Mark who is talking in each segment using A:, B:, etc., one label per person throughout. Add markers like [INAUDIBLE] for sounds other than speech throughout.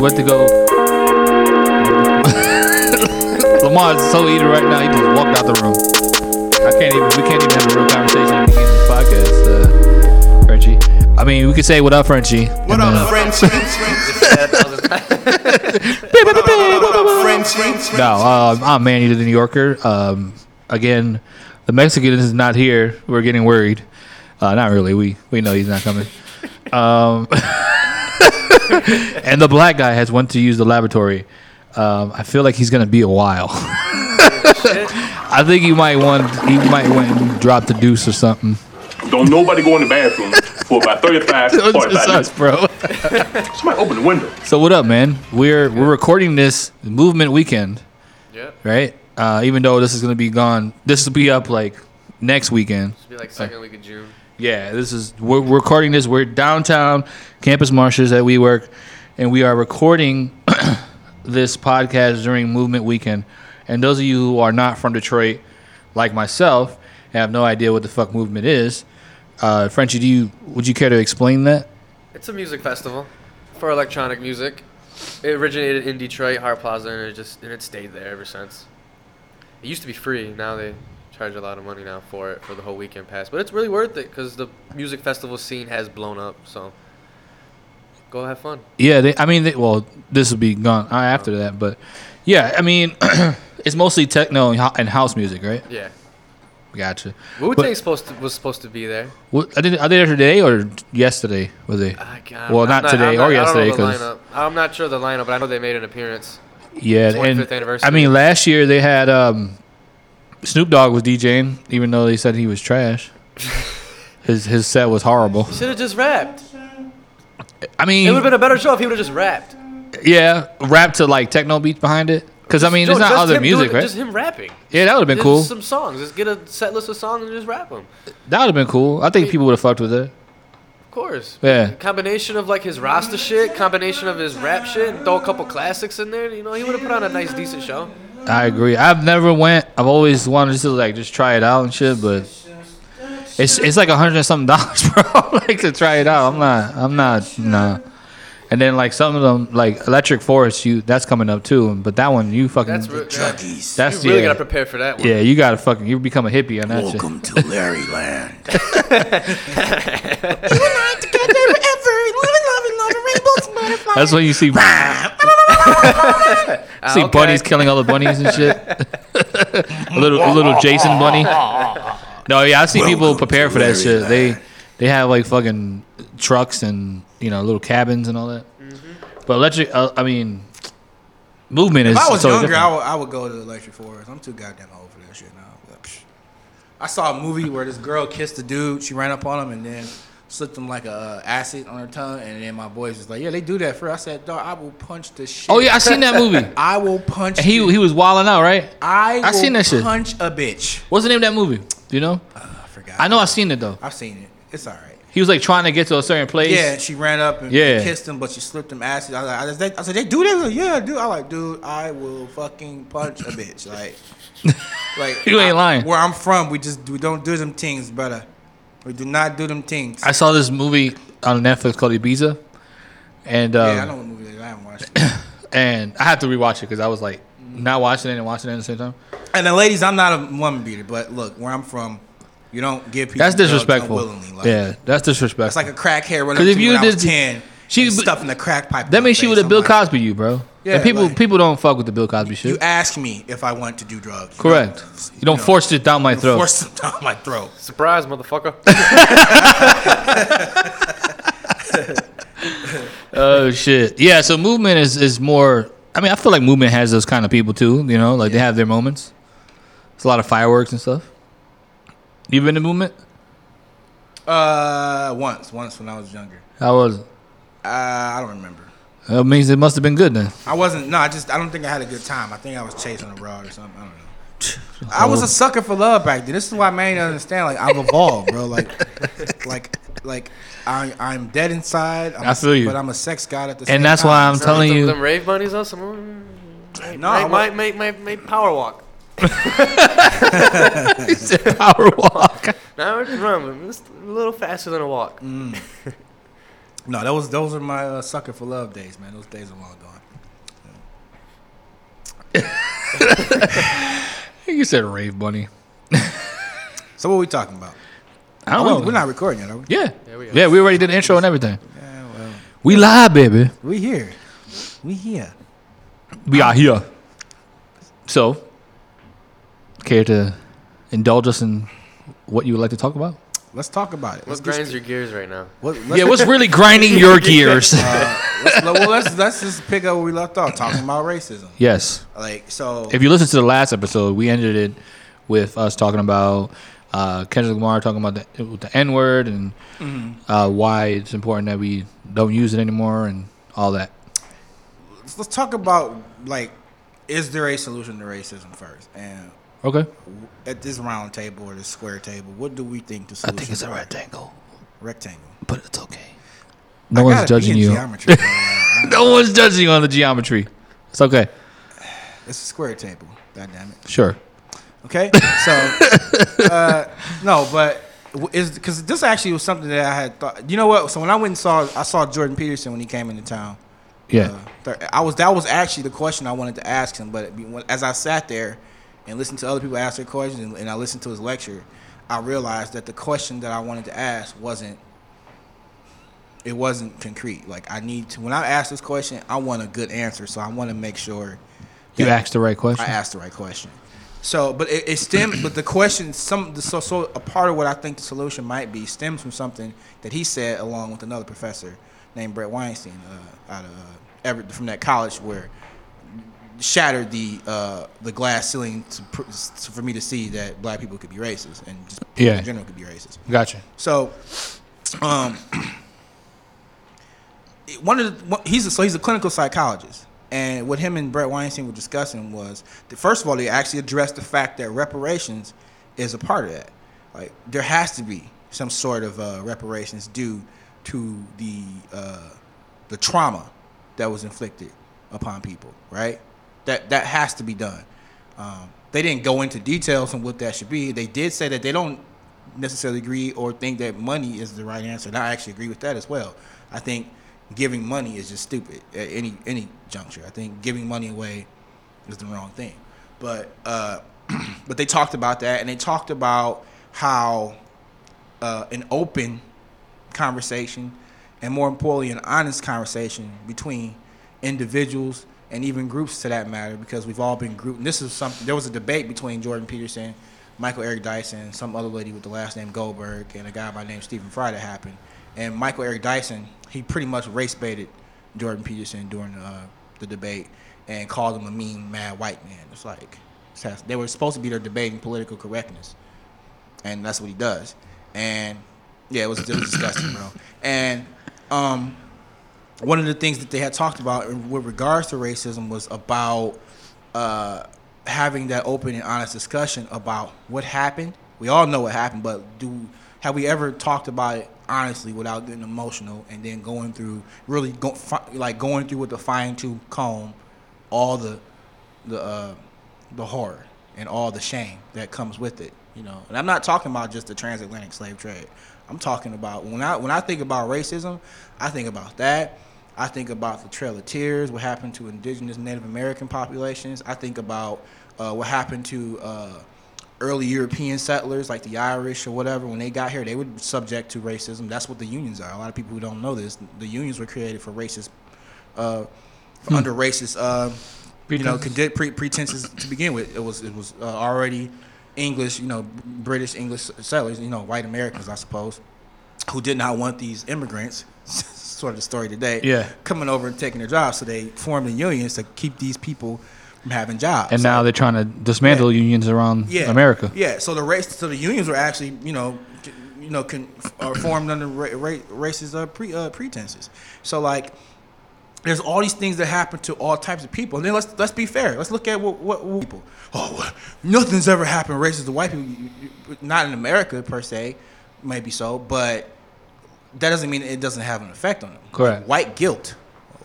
A: went to go. Lamar is so eating right now. He just walked out the room. I can't even. We can't even have a real conversation at the beginning of this podcast, uh, Frenchie. I mean, we could say what up, Frenchie.
B: What up, French? What up, French?
A: No, um, I'm man. You the New Yorker. Um, again, the Mexican is not here. We're getting worried. Uh, not really. We we know he's not coming. Um, [LAUGHS] and the black guy has went to use the laboratory. Um, I feel like he's gonna be a while. [LAUGHS] I think he might want he might want to drop the deuce or something.
C: Don't nobody go in the bathroom for about 35,
A: It
C: 45
A: sucks,
C: minutes.
A: bro.
C: Somebody open the window.
A: So what up, man? We're we're recording this movement weekend.
D: Yeah, it'd
A: right? Uh, even though this is gonna be gone, this will be up like next weekend.
D: be like second week of June.
A: Yeah, this is we're we're recording this. We're downtown campus marshals at WeWork, and we are recording [COUGHS] this podcast during Movement Weekend. And those of you who are not from Detroit, like myself, and have no idea what the fuck Movement is. Uh, Frenchie, do you would you care to explain that?
D: It's a music festival for electronic music. It originated in Detroit, Hart Plaza, and it just and it stayed there ever since. It used to be free. Now they charge a lot of money now for it for the whole weekend pass, but it's really worth it because the music festival scene has blown up. So go have fun.
A: Yeah, they, I mean, they, well, this will be gone uh, after that, but yeah, I mean, [CLEARS THROAT] it's mostly techno and hou- and house music, right?
D: Yeah,
A: Gotcha.
D: Wu
A: But-
D: Tang supposed to, was supposed to be there.
A: What, I did. I did it today or yesterday? Was it?
D: I got-
A: Well,
D: I'm
A: not today
D: I'm
A: or yesterday,
D: I don't know the
A: 'cause-
D: lineup. I'm not sure the lineup, but I know they made an appearance.
A: Yeah,
D: 25th
A: and
D: anniversary.
A: I mean, last year they had um, Snoop Dogg was DJing, even though they said he was
D: [LAUGHS]
A: trash. his his set was horrible.
D: Should have just rapped.
A: I
D: It would have
A: mean,
D: been a better show if he would have just rapped.
A: yeah, rap to like techno beats behind it. Because I mean,
D: Yo,
A: there's not
D: just
A: other
D: him
A: music,
D: doing-
A: right?
D: Just him rapping.
A: yeah, that would have been
D: Just
A: cool.
D: Some songs. Just get a set list of songs and just rap them.
A: that would have been cool. I think people would have fucked with it.
D: Of course.
A: Yeah.
D: Combination of like his Rasta shit, combination of his rap shit, and throw a couple classics in there. You know, he would have put on a nice, decent show.
A: I agree. I've never went. I've always wanted to like just try it out and shit, but it's it's like a hundred and something [LAUGHS] dollars, bro. like to try it out. I'm not. I'm not. Nah. And then like some of them, like Electric Forest, you that's coming up too. But that one, you fucking
D: That's
A: that's,
D: real. You really
A: yeah,
D: gotta prepare for that one.
A: yeah. You gotta fucking you become a hippie on that shit.
B: Welcome to Larry Land.
A: That's when you see [LAUGHS]
D: [LAUGHS] Ah,
A: see
D: okay.
A: bunnies killing all the bunnies and shit. [LAUGHS] A little a little Jason bunny. No, yeah, I see people
B: Welcome
A: prepare
B: to
A: for that
B: Larry
A: shit. They
B: Land.
A: they have like fucking trucks and you know little cabins and all that.
D: Mm-hmm.
A: But electric, uh, I mean, movement is
E: If I was
A: totally
E: younger,
A: different.
E: I would, I would go to Electric Forest. I'm too goddamn old for that shit now. But, psh. I saw a movie where this girl kissed a dude. She ran up on him and then slipped him like a uh, acid on her tongue. And then my boys was like, "Yeah, they do that for." Her. I said, "Dog, I will punch the shit."
A: oh yeah, I seen that
E: [LAUGHS]
A: movie.
E: I will punch.
A: he
E: you.
A: he was wilding out, right?
E: I,
A: I
E: will
A: seen that shit.
E: Punch a bitch.
A: What's the name of that movie? Do you know?
E: I forgot.
A: I know I seen it though.
E: I've seen it. It's all right.
A: He was like trying to get to a certain place.
E: Yeah, she ran up and
A: Yeah.
E: kissed him, but she slipped him acid. I was like, I, was like- I said, they do that? He was Like, yeah, I do. I like, dude, I will fucking punch a bitch. [LAUGHS] Like, like
A: You ain't
E: I-
A: lying.
E: Where I'm from, we just we don't do them things, brother. We do not do them things.
A: I saw this movie on Netflix called Ibiza, and um,
E: yeah, I know what movie that is. I haven't watched. It. [CLEARS THROAT]
A: and I had to rewatch it because I was like not watching it and watching it at the same time.
E: and the ladies, I'm not a woman beater, but look, where I'm from, you don't give people
A: That's
E: drugs
A: disrespectful.
E: unwillingly. Like,
A: yeah, that's
E: it's
A: disrespectful.
E: like a crackhead running up
A: 'Cause
E: to
A: if
E: me
A: you
E: when I was
A: did-
E: ten.
A: she
E: She
A: would-
E: stuffing the crack pipe. in
A: that
E: my
A: means she
E: face.
A: would have
E: I'm
A: Bill
E: like,
A: Cosby you, bro.
E: Yeah,
A: and people
E: like-
A: people don't fuck with the Bill Cosby shit.
E: You ask me if I want to do drugs.
A: Correct. You don't
E: know,
A: force it down my throat.
E: Force them down my throat.
A: [LAUGHS]
D: Surprise, motherfucker.
A: Oh shit. Yeah. So movement is is more. I mean, I feel like movement has those kind of people too. You know, like they have their moments. It's a lot of fireworks and stuff. You been to movement?
E: Uh, once, once when I was younger.
A: How was? It?
E: Uh, I don't remember.
A: That means it must have been good then.
E: I wasn't. No, I just. I don't think I had a good time. I think I was chasing abroad or something. I don't know. I
A: Oh.
E: was a sucker for love back then. This is why man doesn't understand. Like I've evolved, bro. Like, like, like I, I'm dead inside. I'm
A: I feel you.
E: But I'm a sex god at the same
A: And that's why I'm
E: time.
A: telling
D: Them-
A: you.
D: Them rave bunnies on some. mm,
E: No,
D: No,
E: I wa-
D: my, my, my, my power walk.
A: Power walk.
E: Mm,
D: Now it's run. It's a little faster than a walk.
E: No, that was those are my uh, sucker for love days, man. Those days are long gone.
A: I think you said rave bunny.
E: So what are we talking about?
A: I don't
E: Oh,
A: know.
E: we, we're not recording yet, are we?
A: Yeah.
D: Yeah, we are.
A: yeah, we already did the intro and everything.
E: Yeah, well,
A: We live, baby.
E: we here. We here.
A: We are here. So, care to indulge us in what you would like to talk about?
E: Let's talk about it. Let's
D: What
E: get-
D: grinds your gears right now?
E: what- let's,
A: Yeah, what's really grinding your gears? [LAUGHS]
E: let's, well, let's let's just pick up where we left off talking about racism.
A: yes.
E: Like so,
A: If you listen to the last episode, we ended it with us talking about uh, Kendrick Lamar talking about the, with the N word and uh, why it's important that we don't use it anymore and all that.
E: let's, let's talk about like, is there a solution to racism first? And
A: Okay.
E: at this round table or this square table, what do we think the
A: I
E: solution?
A: think it's a
E: is?
A: rectangle,
E: rectangle.
A: but it's okay. No
E: I
A: one's
E: gotta be
A: judging
E: in
A: you.
E: Geometry, bro. [LAUGHS] I-
A: No one's judging you on the geometry. It's okay.
E: it's a square table. God damn it.
A: Sure.
E: Okay, so uh, no, but w- is because this actually was something that I had thought. You know what? So when I went and saw, I saw Jordan Peterson when he came into town.
A: Yeah.
E: Uh, th- I was that was actually the question I wanted to ask him, but it be- when- as I sat there and listened to other people ask their questions and, and I listened to his lecture, I realized that the question that I wanted to ask wasn't it wasn't concrete. Like I need to when I ask this question, I want a good answer, so I want to make sure
A: you
E: that-
A: asked the right question.
E: I asked the right question. So, but it, it stemmed, but the question, some, so, so a part of what I think the solution might be stems from something that he said along with another professor named Brett Weinstein uh, out of uh, Everett, from that college where shattered the uh, the glass ceiling to, pr- s- for me to see that black people could be racist and just people
A: Yeah.
E: in general could be racist.
A: Gotcha.
E: So, um, it- one of the, one- he's a, so he's a clinical psychologist, and what him and Brett Weinstein were discussing was that first of all they actually addressed the fact that reparations is a part of that. Like there has to be some sort of uh, reparations due to the uh, the trauma that was inflicted upon people, right? That that has to be done. Um, they didn't go into details on what that should be. They did say that they don't necessarily agree or think that money is the right answer. And I actually agree with that as well. I think giving money is just stupid at any any juncture. I think giving money away is the wrong thing. But uh, [CLEARS THROAT] but they talked about that and they talked about how uh, an open conversation and more importantly an honest conversation between individuals and even groups to that matter because we've all been grouped and this is something there was a debate between jordan peterson michael eric dyson some other lady with the last name goldberg and a guy by the name stephen fry that happened and michael eric dyson he pretty much race baited jordan peterson during uh, the debate and called him a mean mad white man it's like it's has- they were supposed to be there debating political correctness and that's what he does. And yeah, it was, it was disgusting, bro. And um, one of the things that they had talked about in- with regards to racism was about uh, having that open and honest discussion about what happened. We all know what happened, but do have we ever talked about it honestly without getting emotional and then going through really go, fi- like going through with a fine tooth comb all the the uh, the horror and all the shame that comes with it. You know, and I'm not talking about just the transatlantic slave trade. I'm talking about when I when I think about racism, I think about that. I think about the Trail of Tears, what happened to indigenous Native American populations. I think about uh, what happened to uh, early European settlers, like the Irish or whatever, when they got here, they were subject to racism. That's what the unions are. A lot of people who don't know this, the unions were created for racist, uh, under racist uh, you know,
A: Hmm. Pretenses.
E: condi- pre- pretenses to begin with. It was it was uh, already English, you know, British English settlers, you know, white Americans, I suppose, who did not want these immigrants. [LAUGHS] sort of the story today.
A: Yeah.
E: coming over and taking their jobs, so they formed the unions to keep these people from having jobs.
A: And
E: So-
A: now they're trying to dismantle unions around
E: yeah.
A: America.
E: Yeah. So the race, so the unions were actually, you know, c- you know, con, are formed under ra- ra- racist uh, pre, uh, pretenses. So like, there's all these things that happen to all types of people. And then let's let's be fair. Let's look at what what, what people. Oh, well, nothing's ever happened racist to white people. You- you- you- Not in America per se, maybe so, but that doesn't mean it doesn't have an effect on them.
A: Correct.
E: Like, white guilt.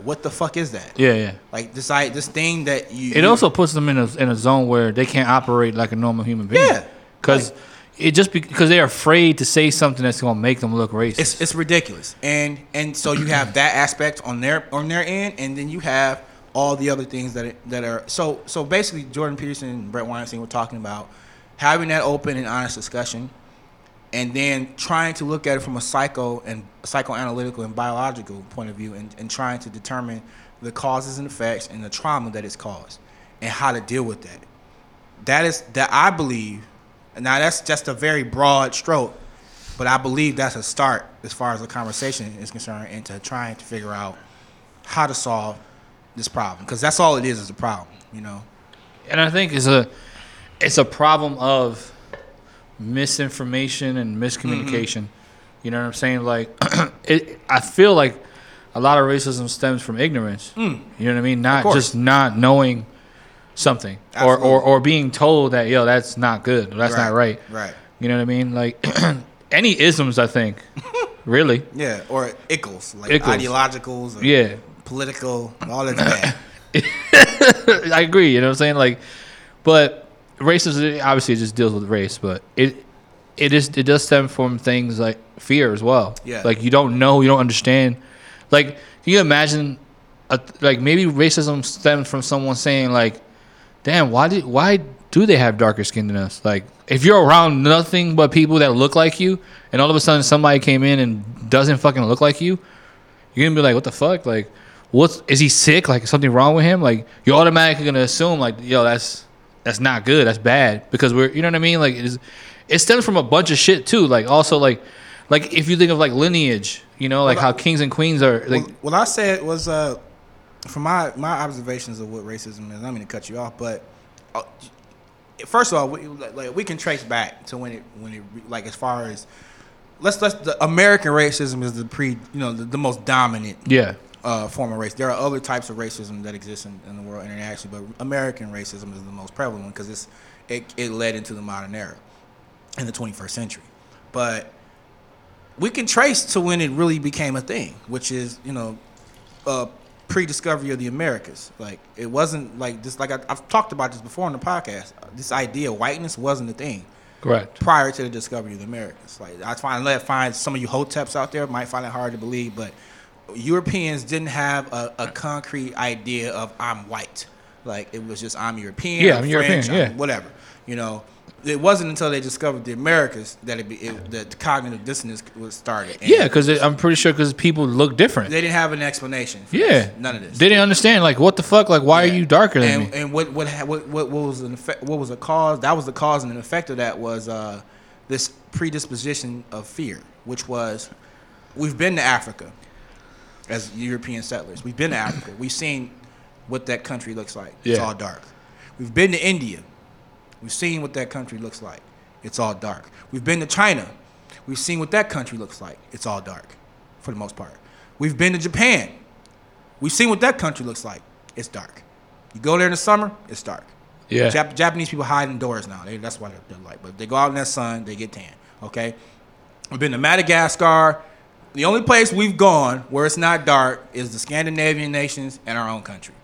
E: What the fuck is that?
A: Yeah, yeah.
E: Like this, I, this thing that you.
A: It also puts them in a in a zone where they can't operate like a normal human being.
E: Yeah.
A: Because it just because they're afraid to say something that's gonna make them look racist.
E: It's it's ridiculous, and and so you have that aspect on their on their end, and then you have all the other things that are, that are so so basically Jordan Peterson and Brett Weinstein were talking about having that open and honest discussion, and then trying to look at it from a psycho and psychoanalytical and biological point of view, and, and trying to determine the causes and effects and the trauma that it's caused, and how to deal with that. That is that I believe. Now that's just a very broad stroke, but I believe that's a start as far as the conversation is concerned, into trying to figure out how to solve this problem because that's all it is is a problem, you know.
A: and I think it's a it's a problem of misinformation and miscommunication.
E: Mm-hmm.
A: You know what I'm saying? Like, [CLEARS THROAT] it, I feel like a lot of racism stems from ignorance. You know what I mean? Not
E: Mm. course.
A: just not knowing something, or, or
E: Absolutely.
A: or being told that yo, that's not good, or that's not right.
E: Right.
A: You know what I mean? Like [CLEARS THROAT] any isms, I
E: [LAUGHS]
A: think. really?
E: Yeah, or ickles like
A: Ickles.
E: ideologicals, or
A: Yeah.
E: political, all of
A: [COUGHS]
E: that.
A: I agree. You know what I'm saying? Like, but racism obviously it just deals with race, but it it is it does stem from things like fear as well.
E: Yeah.
A: Like you don't know, you don't understand. Like, can you imagine? A, like maybe racism stems from someone saying like, "Damn, why did why do they have darker skin than us?" Like, if you're around nothing but people that look like you, and all of a sudden somebody came in and doesn't fucking look like you, you're gonna be like, what the fuck? Like, what's is he sick? Like, is something wrong with him? Like, you're automatically gonna assume like, yo, that's that's not good. That's bad because we're, you know what I mean? Like, it's, it stems from a bunch of shit too. Like, also like, like if you think of like lineage, you know, like how kings and queens are like,
E: Well, what I said was uh, from my my observations of what racism is. I mean to cut you off, but uh, first of all, we, like like, we can trace back to when it when it re- like as far as let's let's the American racism is the pre you know the, the most dominant
A: yeah,
E: uh, form of race. There are other types of racism that exist in, in the world internationally, but American racism is the most prevalent one because it's it, it led into the modern era in the 21st century. But we can trace to when it really became a thing, which is you know uh, pre-discovery of the Americas. Like it wasn't like this. Like I, I've talked about this before on the podcast. This idea of whiteness wasn't a thing
A: correct.
E: prior to the discovery of the Americas. Like I find, I find some of you hoteps out there might find it hard to believe, but Europeans didn't have a, a concrete idea of I'm white. Like it was just I'm European.
A: Yeah, I'm
E: French,
A: European,
E: I'm
A: yeah.
E: whatever. You know, it wasn't until they discovered the Americas that it, be, it that the cognitive dissonance was started. And
A: Yeah, because I'm pretty sure because people look different.
E: they didn't have an explanation. For
A: yeah,
E: this, none of this.
A: They didn't understand like what the fuck? Like, why are you darker than
E: and,
A: me?
E: And what what ha- what what what was an effect, what was the cause? That was the cause and an effect of that was uh, this predisposition of fear, which was we've been to Africa as European settlers. We've been to Africa. We've seen what that country looks like. It's
A: Yeah.
E: all dark. We've been to India. We've seen what that country looks like. It's all dark. We've been to China. We've seen what that country looks like. It's all dark for the most part. We've been to Japan. We've seen what that country looks like. It's dark. You go there in the summer, it's dark.
A: Yeah.
E: Jap- Japanese people hide indoors now. They, that's why they're, they're like. But if they go out in that sun, they get tan. Okay. We've been to Madagascar. The only place we've gone where it's not dark is the Scandinavian nations and our own country.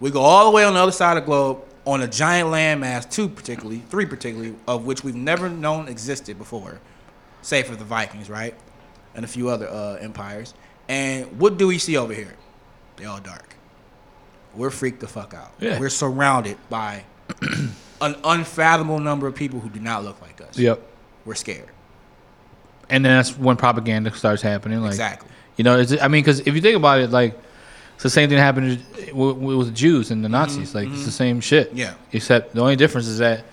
E: We go all the way on the other side of the globe on a giant landmass, two particularly, three particularly, of which we've never known existed before, save for the Vikings, right? And a few other uh, empires. And what do we see over here? They all dark. We're freaked the fuck out.
A: Yeah.
E: We're surrounded by an unfathomable number of people who do not look like us.
A: Yep.
E: We're scared.
A: and then that's when propaganda starts happening. Like, [LAUGHS]
E: Exactly.
A: You know, it's, I mean, because if you think about it, like it's the same thing that happened with, with the Jews and the Nazis. like it's the same shit.
E: Mm-hmm, Yeah.
A: Except the only difference is that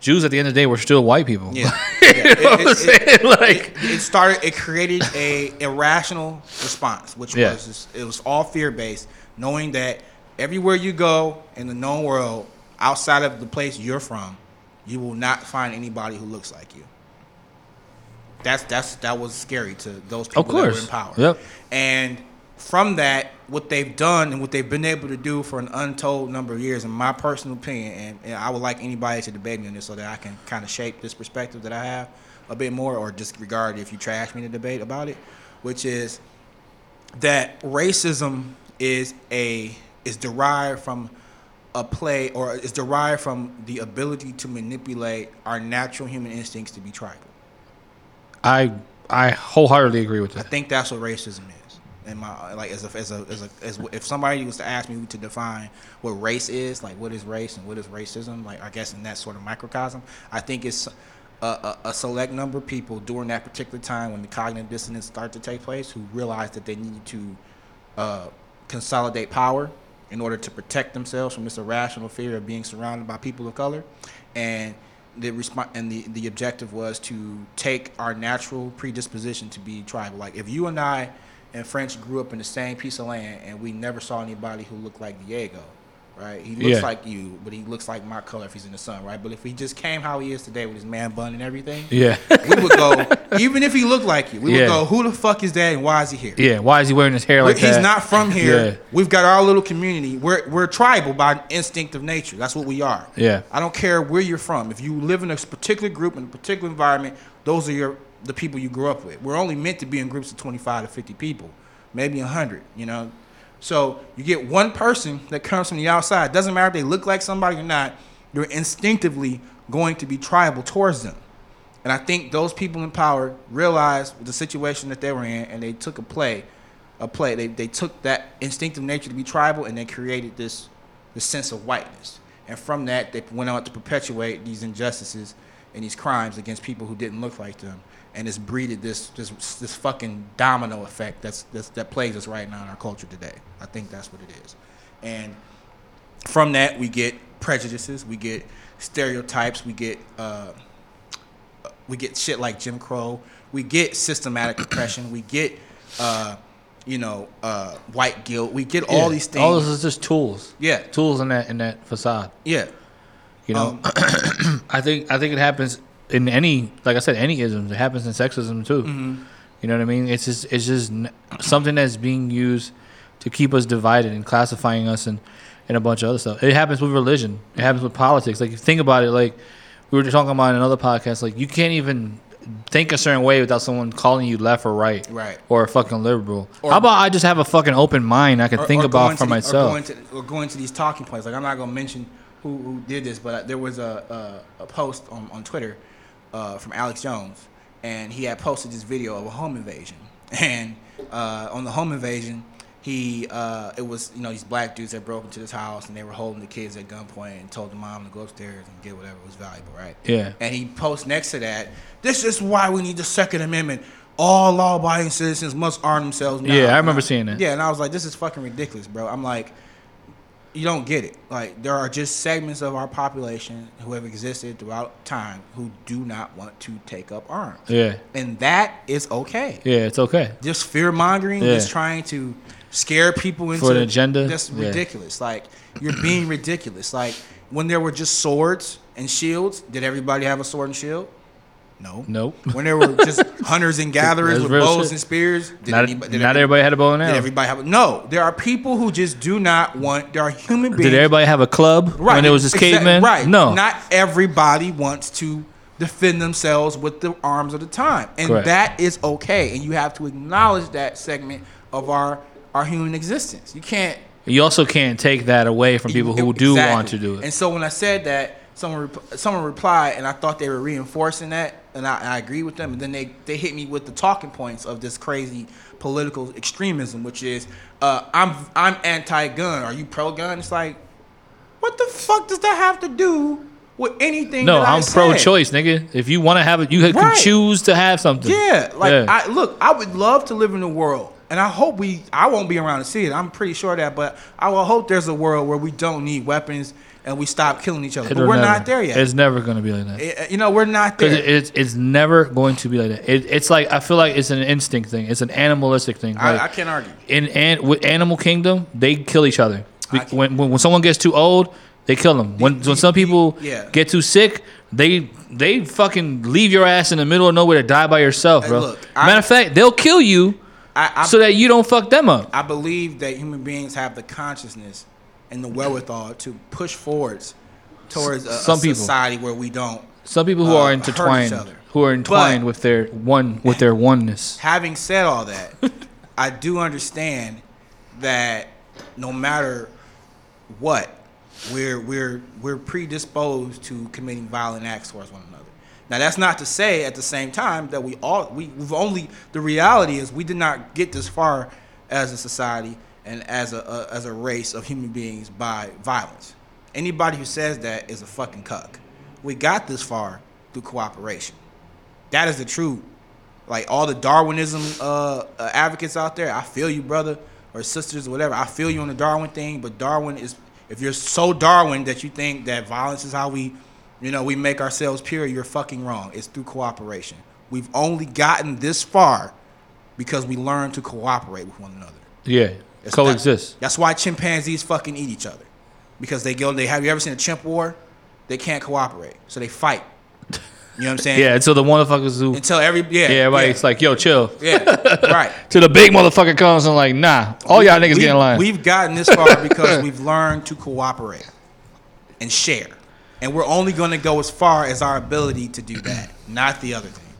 A: Jews at the end of the day were still white people.
E: Yeah. Yeah. It-
A: You know what I'm
E: it- it-
A: saying? like
E: it started it created a irrational response which
A: Yeah.
E: was just, it was all fear based knowing that everywhere you go in the known world outside of the place you're from you will not find anybody who looks like you that's that's that was scary to those people that were
A: course.
E: in power
A: Yep.
E: and from that what they've done and what they've been able to do for an untold number of years in my personal opinion and, and i would like anybody to debate me on this so that i can kind of shape this perspective that i have a bit more or disregard if you trash me to debate about it which is that racism is a is derived from a play or is derived from the ability to manipulate our natural human instincts to be tribal.
A: [LAUGHS] I I wholeheartedly agree with
E: I
A: that.
E: think that's what racism is. In my like as a as a as a as w- if somebody was to ask me to define what race is, like what is race and what is racism, like I guess in that sort of microcosm, I think it's a, a, a select number of people during that particular time when the cognitive dissonance started to take place who realized that they needed to uh, consolidate power in order to protect themselves from this irrational fear of being surrounded by people of color. And the resp- and the, the objective was to take our natural predisposition to be tribal. Like if you and I and French grew up in the same piece of land and we never saw anybody who looked like Diego, right? He looks
A: Yeah.
E: like you, but he looks like my color if he's in the sun, right? But if he just came how he is today with his man bun and everything,
A: Yeah, [LAUGHS]
E: we would go, even if he looked like you, we
A: Yeah.
E: would go, who the fuck is that and why is he here?
A: yeah. Why is he wearing his hair like
E: We're-
A: that?
E: He's not from here.
A: Yeah.
E: We've got our little community. We're we're tribal by instinct of nature. That's what we are.
A: Yeah.
E: I don't care where you're from. If you live in a particular group in a particular environment, those are your the people you grew up with. We're only meant to be in groups of 25 to 50 people, maybe 100. You know, so you get one person that comes from the outside. Doesn't matter if they look like somebody or not. You're instinctively going to be tribal towards them. And I think those people in power realized the situation that they were in, and they took a play, a play. They, they took that instinctive nature to be tribal, and they created this, this sense of whiteness. And from that, they went on to perpetuate these injustices and these crimes against people who didn't look like them, and it's breeded this this this fucking domino effect that's, that's that plagues us right now in our culture today. I think that's what it is, and from that we get prejudices, we get stereotypes, we get. Uh, we get shit like Jim Crow. We get systematic [COUGHS] oppression. We get, uh, you know, uh, white guilt. We get all
A: Yeah.
E: these things.
A: All this is just tools.
E: Yeah.
A: tools in that in that facade.
E: yeah.
A: You know,
E: Oh.
A: [CLEARS THROAT] I think I think it happens in any like I said any isms. It happens in sexism too.
E: Mm-hmm.
A: You know what I mean? It's just it's just n- something that's being used to keep us divided and classifying us and and a bunch of other stuff. It happens with religion. It happens with politics. Like you think about it, like we were talking about in another podcast. Like you can't even think a certain way without someone calling you left or right,
E: Right.
A: or a fucking liberal. How about I just have a fucking open mind? I can
E: Or-
A: think
E: or
A: about
E: going
A: for
E: to the-
A: myself.
E: Or going, to, or going to these talking points. Like I'm not gonna mention who, who did this, but uh, there was a a, a post on on Twitter uh, from Alex Jones, and he had posted this video of a home invasion. [LAUGHS] And uh, on the home invasion, he uh, it was you know these black dudes that broke into this house and they were holding the kids at gunpoint and told the mom to go upstairs and get whatever was valuable, right?
A: Yeah.
E: And he posts next to that, this is why we need the Second Amendment. All law-abiding citizens must arm themselves. now."
A: Yeah, I
E: And
A: remember seeing that.
E: Yeah, and I was like, this is fucking ridiculous, bro. I'm like, you don't get it. Like, there are just segments of our population who have existed throughout time who do not want to take up arms.
A: yeah,
E: And that is okay.
A: yeah, it's okay.
E: Just fear mongering,
A: Yeah.
E: just trying to scare people into
A: an agenda?
E: That's
A: Yeah.
E: ridiculous. Like, you're being ridiculous. Like, when there were just swords and shields, did everybody have a sword and shield? No.
A: Nope.
E: When there were
A: [LAUGHS]
E: just hunters and gatherers
A: That's
E: with
A: real
E: bows
A: shit.
E: and spears, did
A: not
E: anybody- did
A: not
E: every-
A: everybody had a bow and
E: did
A: arrow.
E: everybody have no? There are people who just do not want. There are human beings.
A: Did everybody have a club
E: right?
A: when it was just
E: exact-
A: cavemen?
E: Right.
A: No.
E: Not everybody wants to defend themselves with the arms of the time, and
A: Correct.
E: that is okay. And you have to acknowledge that segment of our our human existence. You can't
A: you also can't take that away from people who do want to do
E: And
A: it.
E: so when I said that, someone rep- someone replied, and I thought they were reinforcing that, and I, and I agree with them. And then they they hit me with the talking points of this crazy political extremism, which is uh, I'm I'm anti-gun. Are you pro-gun? It's like, what the fuck does that have to do with anything?
A: No,
E: that I
A: I'm
E: said?
A: pro-choice, nigga. If you want to have it, you
E: Right.
A: can choose to have something.
E: Yeah, like
A: Yeah.
E: I look, I would love to live in a world, and I hope we, I won't be around to see it. I'm pretty sure of that, but I will hope there's a world where we don't need weapons and we stop killing each other.
A: It'll
E: but we're
A: never-
E: not there yet.
A: It's never gonna be like that.
E: Eh, eh, you know, we're not there.
A: Because it's it's never going to be like that. It, it's like I feel like it's an instinct thing. It's an animalistic thing.
E: I-
A: Like,
E: I can't argue.
A: In and with animal kingdom, they kill each other. Be-
E: can't-
A: When, when when someone gets too old, they kill them. When when some people
E: yeah.
A: get too sick, they they fucking leave your ass in the middle of nowhere to die by yourself,
E: Hey,
A: bro.
E: look, I-
A: Matter of fact, they'll kill you
E: I, I,
A: so that you don't fuck them up.
E: I believe that human beings have the consciousness and the wherewithal to push forwards towards a, a
A: Some people.
E: society where we don't.
A: Some people who
E: uh,
A: are
E: hurt each
A: intertwined,
E: other.
A: who are entwined
E: But-
A: with their one with their oneness.
E: Having said all that, I do understand that no matter what, we're we're we're predisposed to committing violent acts towards one another. Now that's not to say at the same time that we all we, we've only the reality is we did not get this far as a society and as a, a as a race of human beings by violence. Anybody who says that is a fucking cuck. We got this far through cooperation. That is the truth. Like all the Darwinism uh, uh, advocates out there, I feel you, brother or sisters, whatever. I feel you on the Darwin thing, but Darwin is if you're so Darwin that you think that violence is how we, you know, we make ourselves pure, you're fucking wrong. It's through cooperation. We've only gotten this far because we learned to cooperate with one another.
A: Yeah,
E: It's
A: coexist.
E: that- that's why chimpanzees fucking eat each other, because they go. They have you ever seen a chimp war? They can't cooperate, so they fight. You know what I'm saying?
A: [LAUGHS] Yeah, until the motherfuckers who
E: Until every yeah,
A: yeah, everybody's like, yo, chill.
E: yeah,
A: [LAUGHS]
E: right.
A: Till the big motherfucker comes and like, nah, all Oh, y'all niggas
E: we,
A: get in line.
E: We've gotten this far
A: [LAUGHS]
E: because we've learned to cooperate and share. And we're only going to go as far as our ability to do that,
A: [CLEARS THROAT]
E: not the other thing,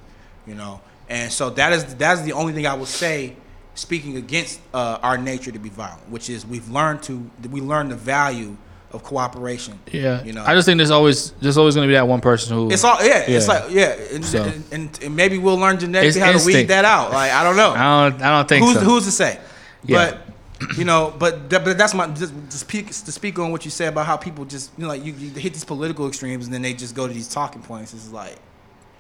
E: you know. And so that is that's the only thing I will say, speaking against uh, our nature to be violent, which is we've learned to we learned the value of cooperation.
A: yeah,
E: you know.
A: I just think there's always there's always gonna be that one person who
E: it's all yeah, It's
A: Yeah.
E: like yeah, and,
A: So.
E: and, and, and maybe we'll learn
A: It's
E: genetically how to
A: instinct.
E: weed that out. Like I don't know
A: I don't I don't think
E: who's,
A: so.
E: who's to say?
A: Yeah.
E: But [CLEARS THROAT] you know, but that, but that's my just, just speak, to speak on what you said about how people just you know like you, you hit these political extremes and then they just go to these talking points. It's like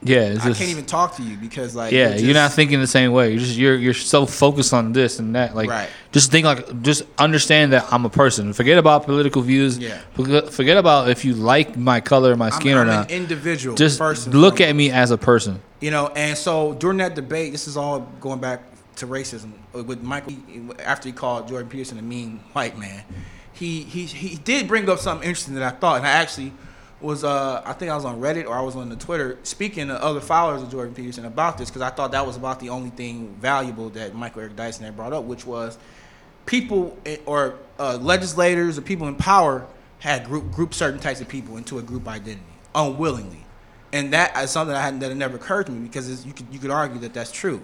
A: yeah, it's
E: I
A: just,
E: can't even talk to you because like
A: Yeah,
E: just-
A: you're not thinking the same way. You're just you're you're so focused on this and that. Like,
E: Right.
A: just think like just understand that I'm a person. Forget about political views.
E: Yeah.
A: Forget- Forget about if you like my color, my
E: I'm,
A: skin
E: I'm
A: or
E: an
A: not.
E: individual.
A: Just
E: first and
A: look
E: foremost.
A: at me as a person.
E: You know, and so during that debate, this is all going back to racism uh, with Michael. After he called Jordan Peterson a mean white man, he he he did bring up something interesting that I thought, and I actually was uh I think I was on Reddit or I was on the Twitter speaking to other followers of Jordan Peterson about this because I thought that was about the only thing valuable that Michael Eric Dyson had brought up, which was people i- or uh, legislators or people in power had group group certain types of people into a group identity unwillingly, and that is something that hadn't that had never occurred to me because it's, you could you could argue that that's true.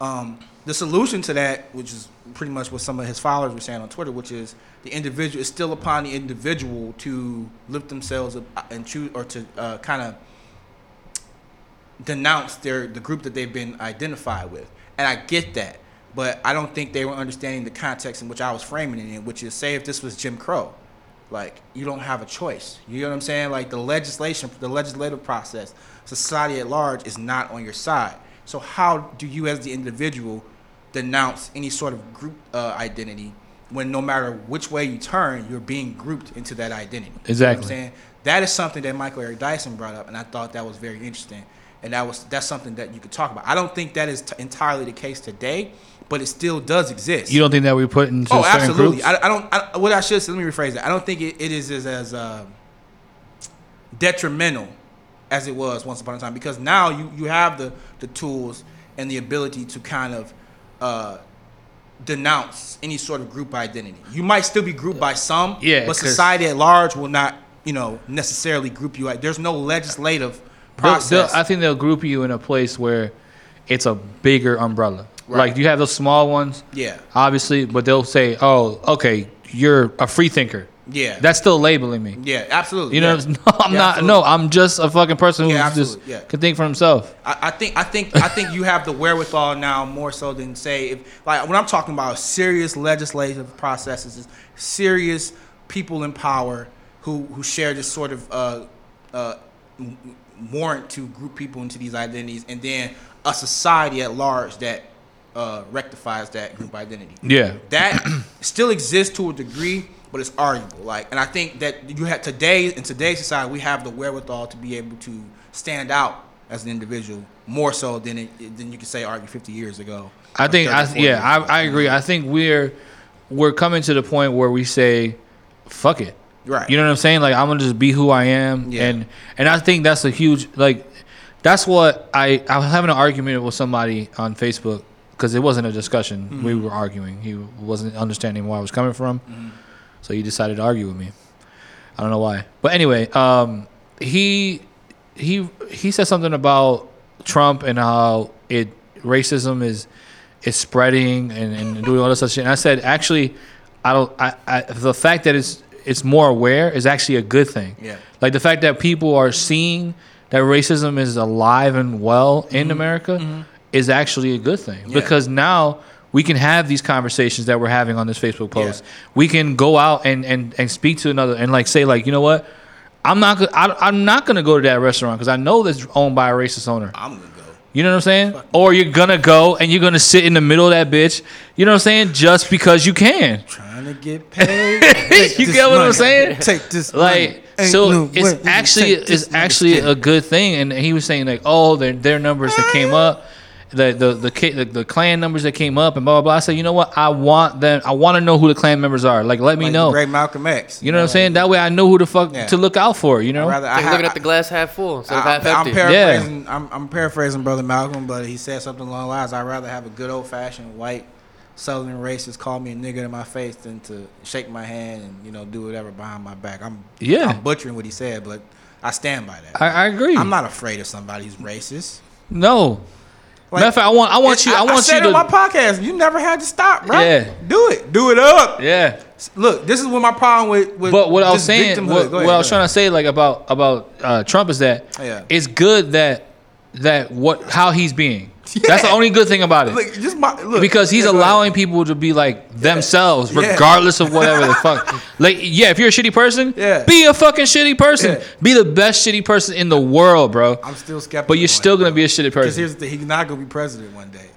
E: Um, the solution to that, which is pretty much what some of his followers were saying on Twitter, which is the individual is still upon the individual to lift themselves up and choose or to uh, kind of denounce their the group that they've been identified with. And I get that, but I don't think they were understanding the context in which I was framing it in, which is say if this was Jim Crow, like you don't have a choice. You know what I'm saying? Like the legislation, the legislative process, society at large is not on your side. So how do you as the individual denounce any sort of group uh, identity when no matter which way you turn, you're being grouped into that identity? You know what I'm
A: Exactly.
E: saying? saying? That is something that Michael Eric Dyson brought up, and I thought that was very interesting. And that was that's something that you could talk about. I don't think that is t- entirely the case today, but it still does exist.
A: You don't think that we put into
E: oh,
A: certain
E: absolutely.
A: groups?
E: I, I don't. I, what I should say, let me rephrase that. I don't think it, it is as, as uh, detrimental as it was once upon a time because now you you have the the tools and the ability to kind of. Uh, denounce any sort of group identity. You might still be grouped by some,
A: Yeah,
E: but
A: 'cause-
E: society at large will not, you know, necessarily group you. out. There's no legislative
A: They'll-
E: process.
A: they'll- I think they'll group you in a place where it's a bigger umbrella. Like you have those small ones.
E: Yeah.
A: Obviously, but they'll say, "Oh, okay, you're a free thinker."
E: yeah,
A: That's still labeling me.
E: yeah, absolutely.
A: You know,
E: yeah.
A: no, [LAUGHS] I'm
E: Yeah,
A: not. No,
E: absolutely.
A: I'm just a fucking person who
E: Yeah,
A: just
E: absolutely, yeah.
A: can think for himself.
E: I, I think I think I think you have the wherewithal now more so than say if like when I'm talking about serious legislative processes, is serious people in power who who share this sort of uh, uh, w- w- warrant to group people into these identities, and then a society at large that uh, rectifies that group identity
A: Yeah.
E: that [CLEARS THROAT] still exists to a degree, but it's arguable. Like, and I think that you have today in today's society, we have the wherewithal to be able to stand out as an individual more so than it, than you could say argue 50 years ago.
A: I
E: or
A: think.
E: 30,
A: I,
E: 40 years
A: yeah, I,
E: ago.
A: I agree. I think we're we're coming to the point where we say, "Fuck it."
E: Right.
A: You know what I'm saying? Like I'm gonna just be who I am,
E: Yeah.
A: and and I think that's a huge like. That's what I I was having an argument with somebody on Facebook because it wasn't a discussion. We
E: Mm-hmm.
A: were arguing. He wasn't understanding where I was coming from, so he decided to argue with me. I don't know why. But anyway, um, he he he said something about Trump and how it racism is is spreading and, and doing all this other shit. And I said, actually, I don't. I, I the fact that it's it's more aware is actually a good thing.
E: Yeah.
A: Like the fact that people are seeing that racism is alive and well in America is actually a good thing
E: Mm-hmm. Yeah.
A: because now we can have these conversations that we're having on this Facebook post. We can go out and, and, and speak to another and like say like, you know what? I'm not go- I, I'm not gonna go to that restaurant because I know that's owned by a racist owner.
E: I'm gonna go.
A: You know what I'm saying? Or you're gonna go and you're gonna sit in the middle of that bitch. You know what I'm saying? Just because you can.
E: Trying to get
A: [LAUGHS]
E: paid. Take
A: You
E: this
A: get what I'm
E: money.
A: saying?
E: Take this. money.
A: Like
E: Ain't
A: so,
E: no way you
A: it's actually
E: take this
A: it's actually a good thing. And he was saying like, oh, their their numbers that came up, the the the ki- the, the clan numbers that came up, and blah blah blah. I said, you know what? I want them. I want to know who the clan members are. Like, let me
E: like
A: know.
E: Great Malcolm X.
A: You know what I'm saying? That way, I know who the fuck
E: Yeah.
A: to look out for. You know?
E: Rather, I
D: They're
E: ha-
D: looking at the glass half full instead of
E: I-
D: half
E: I'm, I'm
D: empty.
E: paraphrasing. I'm, I'm paraphrasing Brother Malcolm, but he said something along the lines. I'd rather have a good old fashioned white Southern racist call me a nigger in my face than to shake my hand and you know do whatever behind my back. I'm
A: Yeah.
E: I'm butchering what he said, but I stand by that.
A: I, I agree.
E: am not afraid of somebody who's racist.
A: No.
E: Like,
A: Matter of fact, I want I want you I, want
E: said
A: you
E: it
A: to
E: on my podcast. You never had to stop, bro.
A: Yeah.
E: do it, do it up.
A: yeah.
E: Look, this is what my problem with. with
A: But what I was
E: this
A: saying,
E: victimhood-
A: what,
E: Go ahead,
A: what I
E: go
A: was
E: ahead.
A: trying to say, like about about uh, Trump, is that
E: Yeah.
A: it's good that that what how he's being.
E: [LAUGHS]
A: That's the only good thing about it.
E: Look, just my, look,
A: because he's
E: Yeah, go ahead.
A: allowing people to be like themselves,
E: Yeah.
A: regardless of whatever
E: [LAUGHS]
A: the fuck. Like, yeah, if you're a shitty person,
E: Yeah.
A: be a fucking shitty person.
E: Yeah.
A: Be the best shitty person in the world, bro.
E: I'm still skeptical.
A: But you're
E: on
A: still
E: it,
A: gonna
E: bro.
A: be a shitty
E: Because
A: person.
E: here's the thing: he's not gonna be president one day.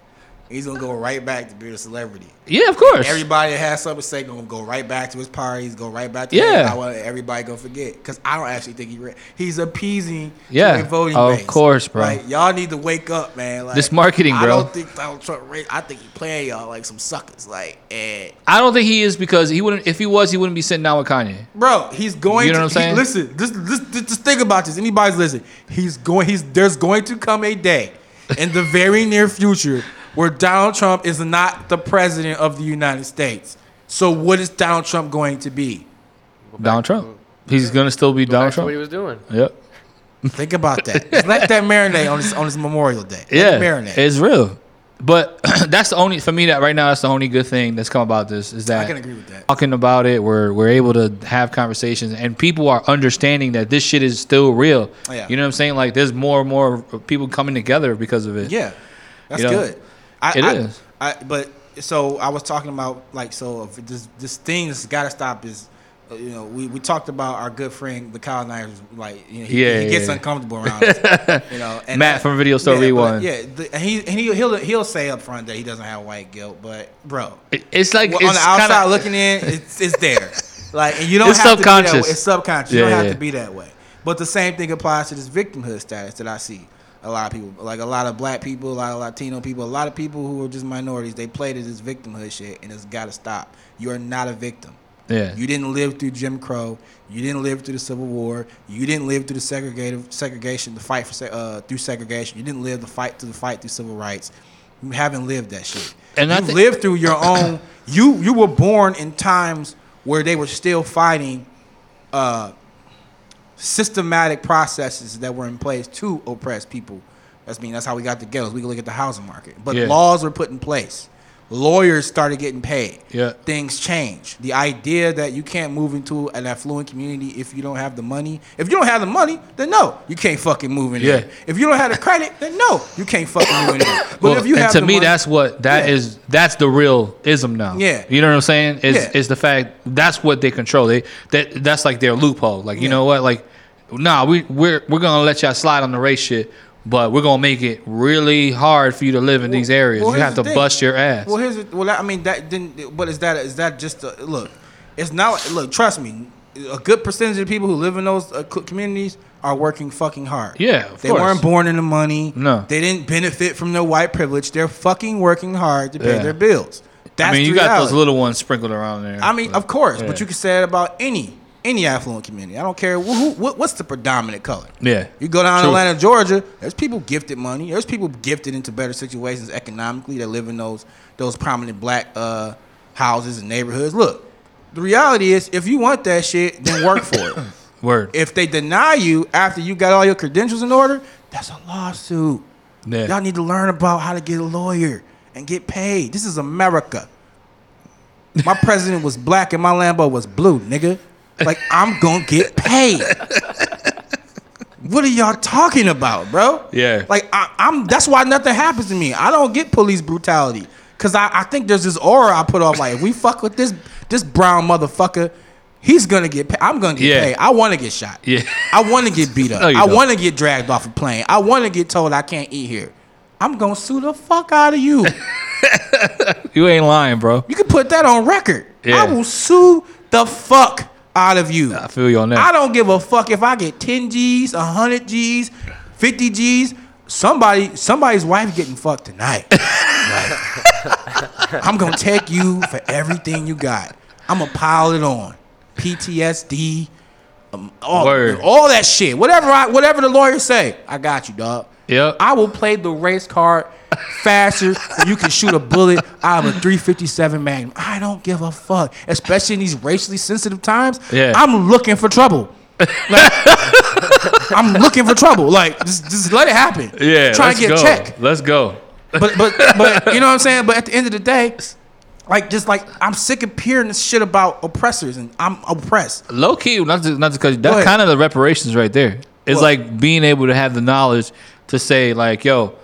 E: He's gonna go right back to being a celebrity.
A: Yeah, of course.
E: Everybody that has something to say gonna go right back to his parties, go right back to
A: Yeah.
E: I want everybody gonna forget because I don't actually think he re- he's appeasing
A: Yeah,
E: to a voting
A: of
E: base.
A: course, bro.
E: Like, y'all need to wake up, man. Like,
A: This marketing,
E: I
A: bro.
E: don't think Donald Trump. Ra- I think he playing y'all like some suckers. Like, eh.
A: I don't think he is because he wouldn't. If he was, he wouldn't be sitting down with Kanye.
E: Bro, he's going.
A: You know
E: to,
A: what I'm
E: he-
A: saying?
E: listen, just, just, just, just think about this. Anybody's listening. He's going. He's there's going to come a day in the very near future where Donald Trump is not the president of the United States. So what is Donald Trump going to be?
A: Donald Trump. He's gonna still be Donald
D: That's what he
A: Trump.
D: was doing.
A: Yep.
E: Think about that. Just
A: [LAUGHS]
E: let that marinate on this on this Memorial Day. Let it
A: Yeah,
E: marinate.
A: it's real. But [CLEARS THROAT] that's the only for me that right now that's the only good thing that's come about this is that
E: I can agree with that.
A: talking about it. We're we're able to have conversations, and people are understanding that this shit is still real.
E: Oh, Yeah.
A: You know what I'm saying? Like there's more and more people coming together because of it.
E: Yeah, that's
A: You know,
E: good. I,
A: it
E: I,
A: is.
E: I, but so I was talking about like so if this this thing that's got to stop is. uh, You know, we, we talked about our good friend the colonizers. Like, you know, he,
A: Yeah,
E: he gets
A: yeah.
E: uncomfortable around. us,
A: [LAUGHS]
E: you know, and uh,
A: Matt from Video Store
E: yeah,
A: Rewind.
E: But, yeah, the, and he and he he'll he'll say up front that he doesn't have white guilt, but bro,
A: It- It's like
E: well,
A: it's
E: on the outside
A: kinda,
E: looking in, it's, it's there. Like and you
A: [LAUGHS]
E: don't
A: It's
E: have To be that
A: subconscious.
E: way. It's subconscious. you
A: Yeah,
E: don't have
A: yeah.
E: to be that way. But the same thing applies to this victimhood status that I see. A lot of people, like a lot of black people, a lot of Latino people, a lot of people who are just minorities, they play to this victimhood shit, and it's got to stop. You are not a victim.
A: Yeah.
E: You didn't live through Jim Crow. You didn't live through the Civil War. You didn't live through the segregative segregation, the fight for se- uh, through segregation. You didn't live the fight through the fight through civil rights. You haven't lived that shit.
A: And I
E: you
A: thi-
E: lived through your own. You you were born in times where they were still fighting uh, systematic processes that were in place to oppress people. That's mean that's how we got the ghettos. We can look at the housing market, but
A: Yeah.
E: laws were put in place. Lawyers started getting paid.
A: Yeah.
E: Things change. The idea that you can't move into an affluent community if you don't have the money. If you don't have the money, then no, you can't fucking move in
A: Yeah.
E: there. If you don't have the credit, then no, you can't fucking move in there. But
A: Well,
E: if you
A: and
E: have
A: to
E: the
A: me,
E: money-
A: that's what that
E: Yeah.
A: is. That's the real ism now.
E: Yeah.
A: you know what I'm saying? Is
E: Yeah.
A: is the fact that's what they control. They that that's like their loophole. Like you know what? Like, nah, we we're we're gonna let y'all slide on the race shit, but we're gonna make it really hard for you to live in these areas.
E: Well,
A: you
E: here's
A: have
E: the
A: to
E: thing.
A: bust your ass.
E: Well, here's the- well, I mean that didn't. But is that is that just a, look? It's not look. Trust me, a good percentage of the people who live in those uh, co- communities are working fucking hard.
A: Yeah, of
E: they
A: course.
E: weren't born into money.
A: No.
E: they didn't benefit from their white privilege. They're fucking working hard to pay
A: Yeah.
E: their bills. That's
A: I mean,
E: the
A: you got those
E: reality.
A: little ones sprinkled around there.
E: I mean,
A: but-
E: of course,
A: yeah.
E: but you can say that about any any affluent community. I don't care who, who what, what's the predominant color.
A: Yeah.
E: you go down to
A: True.
E: Atlanta, Georgia. There's people gifted money. There's people gifted into better situations economically that live in those those prominent black uh, houses and neighborhoods. Look, the reality is, if you want that shit, then work for
A: [COUGHS]
E: it.
A: word.
E: If they deny you after you got all your credentials in order, that's a lawsuit.
A: Yeah.
E: Y'all need to learn about how to get a lawyer and get paid.
A: [LAUGHS]
E: This is America. My president was black and my Lambo was blue, nigga. Like I'm gonna get paid. what are y'all talking about, bro?
A: Yeah.
E: Like I, I'm. That's why nothing happens to me. I don't get police brutality because I, I think there's this aura I put off. Like if we fuck with this this brown motherfucker, he's gonna get. Paid. I'm gonna get
A: Yeah.
E: paid. I want to get shot.
A: Yeah.
E: I want to get beat up.
A: No, you
E: I
A: don't.
E: want to get dragged off a plane. I want to get told I can't eat here. I'm gonna sue the fuck out
A: [LAUGHS]
E: of you.
A: You ain't lying, bro.
E: You can put that on record.
A: Yeah.
E: I will sue the fuck out of you.
A: I feel you on that.
E: I don't give a fuck if I get 10 G's, 100 G's, 50 G's. Somebody, somebody's wife getting fucked tonight. [LAUGHS] Like, I'm gonna take you for everything you got. I'm gonna pile it on PTSD, um, all,
A: Word.
E: all that shit. Whatever I, whatever the lawyers say, I got you, dog.
A: Yep.
E: I will play the race card faster than you can shoot a bullet out of a 357 Magnum. I don't give a fuck, especially in these racially sensitive times.
A: Yeah.
E: I'm looking for trouble. Like, I'm looking for trouble. Like just, just let it happen.
A: yeah.
E: Try
A: let's
E: to
A: go.
E: get a check.
A: Let's go.
E: But but but you know what I'm saying? But at the end of the day, like just like I'm sick of hearing this shit about oppressors and I'm
A: [LAUGHS]
E: oppressed.
A: Low key, not to, not to cut you. That's
E: ahead.
A: kind of the reparations right there. It's
E: What?
A: like being able to have the knowledge to say like, yo,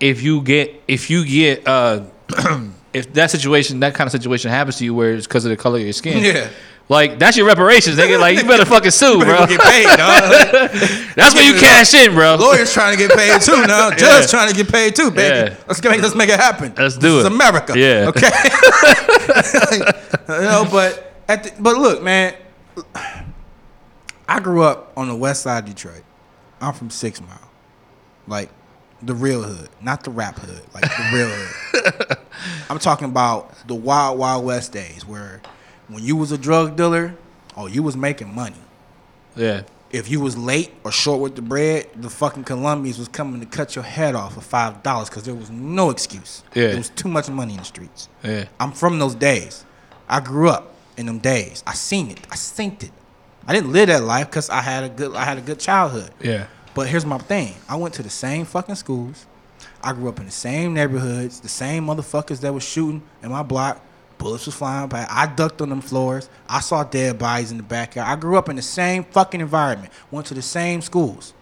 A: if you get if you get uh [CLEARS THROAT] if that situation that kind of situation happens to you where it's because of the color of your skin,
E: Yeah.
A: Like that's your reparations, nigga. Like you better fucking
E: [LAUGHS]
A: sue, bro.
E: Get paid, dog.
A: That's when you
E: [LAUGHS] Yeah.
A: cash in, bro.
E: Lawyers trying to get paid too
A: [LAUGHS]
E: now. Judge trying to get paid too, baby.
A: Yeah.
E: Let's make let's make it happen.
A: Let's
E: This
A: do
E: is
A: it.
E: America.
A: Yeah. [LAUGHS]
E: Okay. you know, but at the, but look, man. I grew up on the west side of Detroit. I'm from Six Mile, like the real hood, not the rap hood, like the real hood.
A: [LAUGHS]
E: I'm talking about the wild, wild west days where when you was a drug dealer, oh, you was making money
A: Yeah.
E: if you was late or short with the bread, the fucking Colombians was coming to cut your head off for five dollars because there was no excuse.
A: Yeah.
E: There was too much money in the streets.
A: Yeah.
E: I'm from those days. I grew up in them days. I seen it. I synced it. I didn't live that life because I had a good I had a good childhood.
A: Yeah.
E: But here's my thing. I went to the same fucking schools. I grew up in the same neighborhoods, the same motherfuckers that was shooting in my block. Bullets was flying by. I ducked on them floors. I saw dead bodies in the backyard. I grew up in the same fucking environment. Went to the same schools.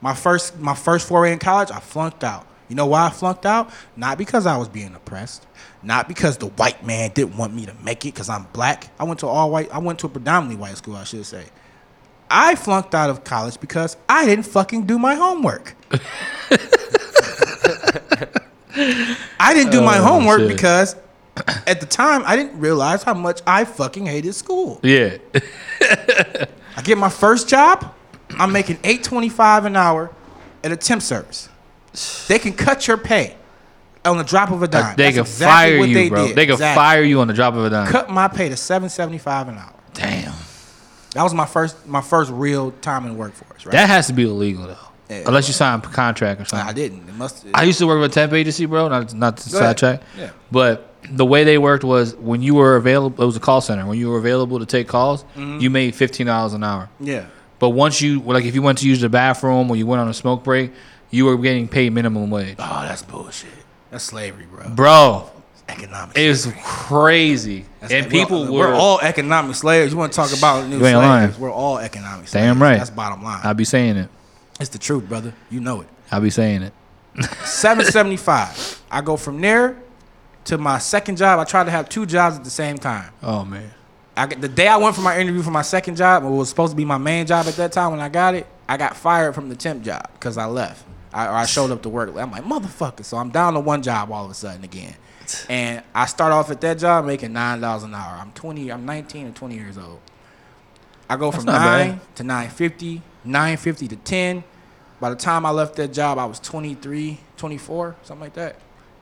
E: My first my first foray in college, I flunked out. You know why I flunked out? Not because I was being oppressed, not because the white man didn't want me to make it because I'm black. I went to all white. I went to a predominantly white school, I should say. I flunked out of college because I didn't fucking do my homework. [LAUGHS] I didn't do my
A: Oh,
E: homework
A: shit.
E: because at the time I didn't realize how much I fucking hated school.
A: Yeah. [LAUGHS]
E: I get my first job, I'm making eight twenty five an hour at a temp service. They can cut your pay on the drop of a dime.
A: they
E: That's
A: can
E: exactly
A: fire
E: what
A: you, bro.
E: did.
A: They can
E: Exactly.
A: fire you on the drop of a dime.
E: Cut my pay to seven seventy five an hour.
A: Damn.
E: That was my first my first real time in the workforce, right?
A: That has to be illegal though.
E: Yeah,
A: Unless you sign a contract or
E: I
A: something.
E: didn't. It must.
A: I used to work with a temp agency, bro. Not, not to
E: Go ahead.
A: sidetrack.
E: Yeah.
A: But the way they worked was when you were available, it was a call center. When you were available to take calls,
E: Mm-hmm.
A: you made fifteen dollars an hour.
E: yeah.
A: But once you, like, if you went to use the bathroom or you went on a smoke break, you were getting paid minimum wage,
E: Oh, that's bullshit. That's slavery, bro.
A: bro.
E: Economic.
A: It was crazy,
E: That's-
A: and people
E: we're,
A: were.
E: we're all economic slaves. You want to talk about new
A: You ain't
E: slaves?
A: lying.
E: We're all economic slaves.
A: Damn right.
E: That's bottom line.
A: I be saying it.
E: it's the truth, brother. You know it.
A: I be saying it.
E: 775. I go from there to my second job. I tried to have two jobs at the same time.
A: Oh man.
E: I, got- the day I went for my interview for my second job, what was supposed to be my main job at that time when I got it, I got fired from the temp job because I left. I, or I showed up to work. late. I'm like, motherfucker. So I'm down to one job all of a sudden
A: [LAUGHS]
E: again. And I start off at that job making nine dollars an hour. I'm twenty. I'm nineteen or twenty years old. I go from
A: not bad.
E: nine to nine fifty, nine fifty to ten. By the time I left that job, I was 23, 24, something like that.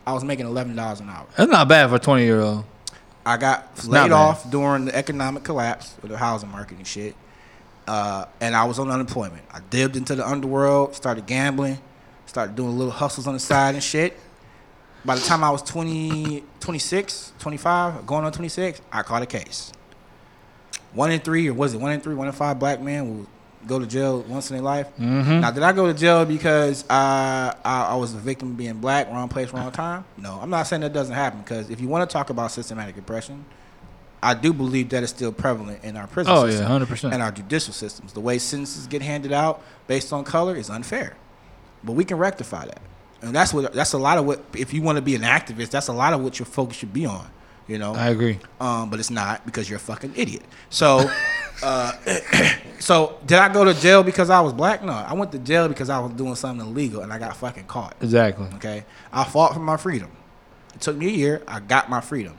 E: I was making eleven dollars an hour.
A: That's not bad for a twenty year old.
E: I got
A: not
E: laid
A: bad.
E: off during the economic collapse of the housing market and shit. Uh, and I was on unemployment. I dived into the underworld, started gambling, started doing little hustles on the side and shit. By the time I was 20, 26, 25, going on 26, I caught a case. One in three, or was it one in three, one in five black men will go to jail once in their life.
A: Mm-hmm.
E: Now, did I go to jail because I, I, I was a victim of being black,
A: Uh-huh.
E: wrong place, wrong time? No, I'm not saying that doesn't happen because if you want to talk about systematic oppression, I do believe that is still prevalent in our prison
A: Oh, yeah,
E: system
A: 100%.
E: and our judicial systems. The way sentences get handed out based on color is unfair, but we can rectify that. And that's what that's a lot of what if you want to be an activist, that's a lot of what your focus should be on. You know,
A: I agree.
E: um, but it's not because you're a fucking idiot. So, uh, [COUGHS] so did I go to jail because I was black? No, I went to jail because I was doing something illegal and I got fucking caught.
A: Exactly.
E: Okay, I fought for my freedom. It took me a year. I got my freedom.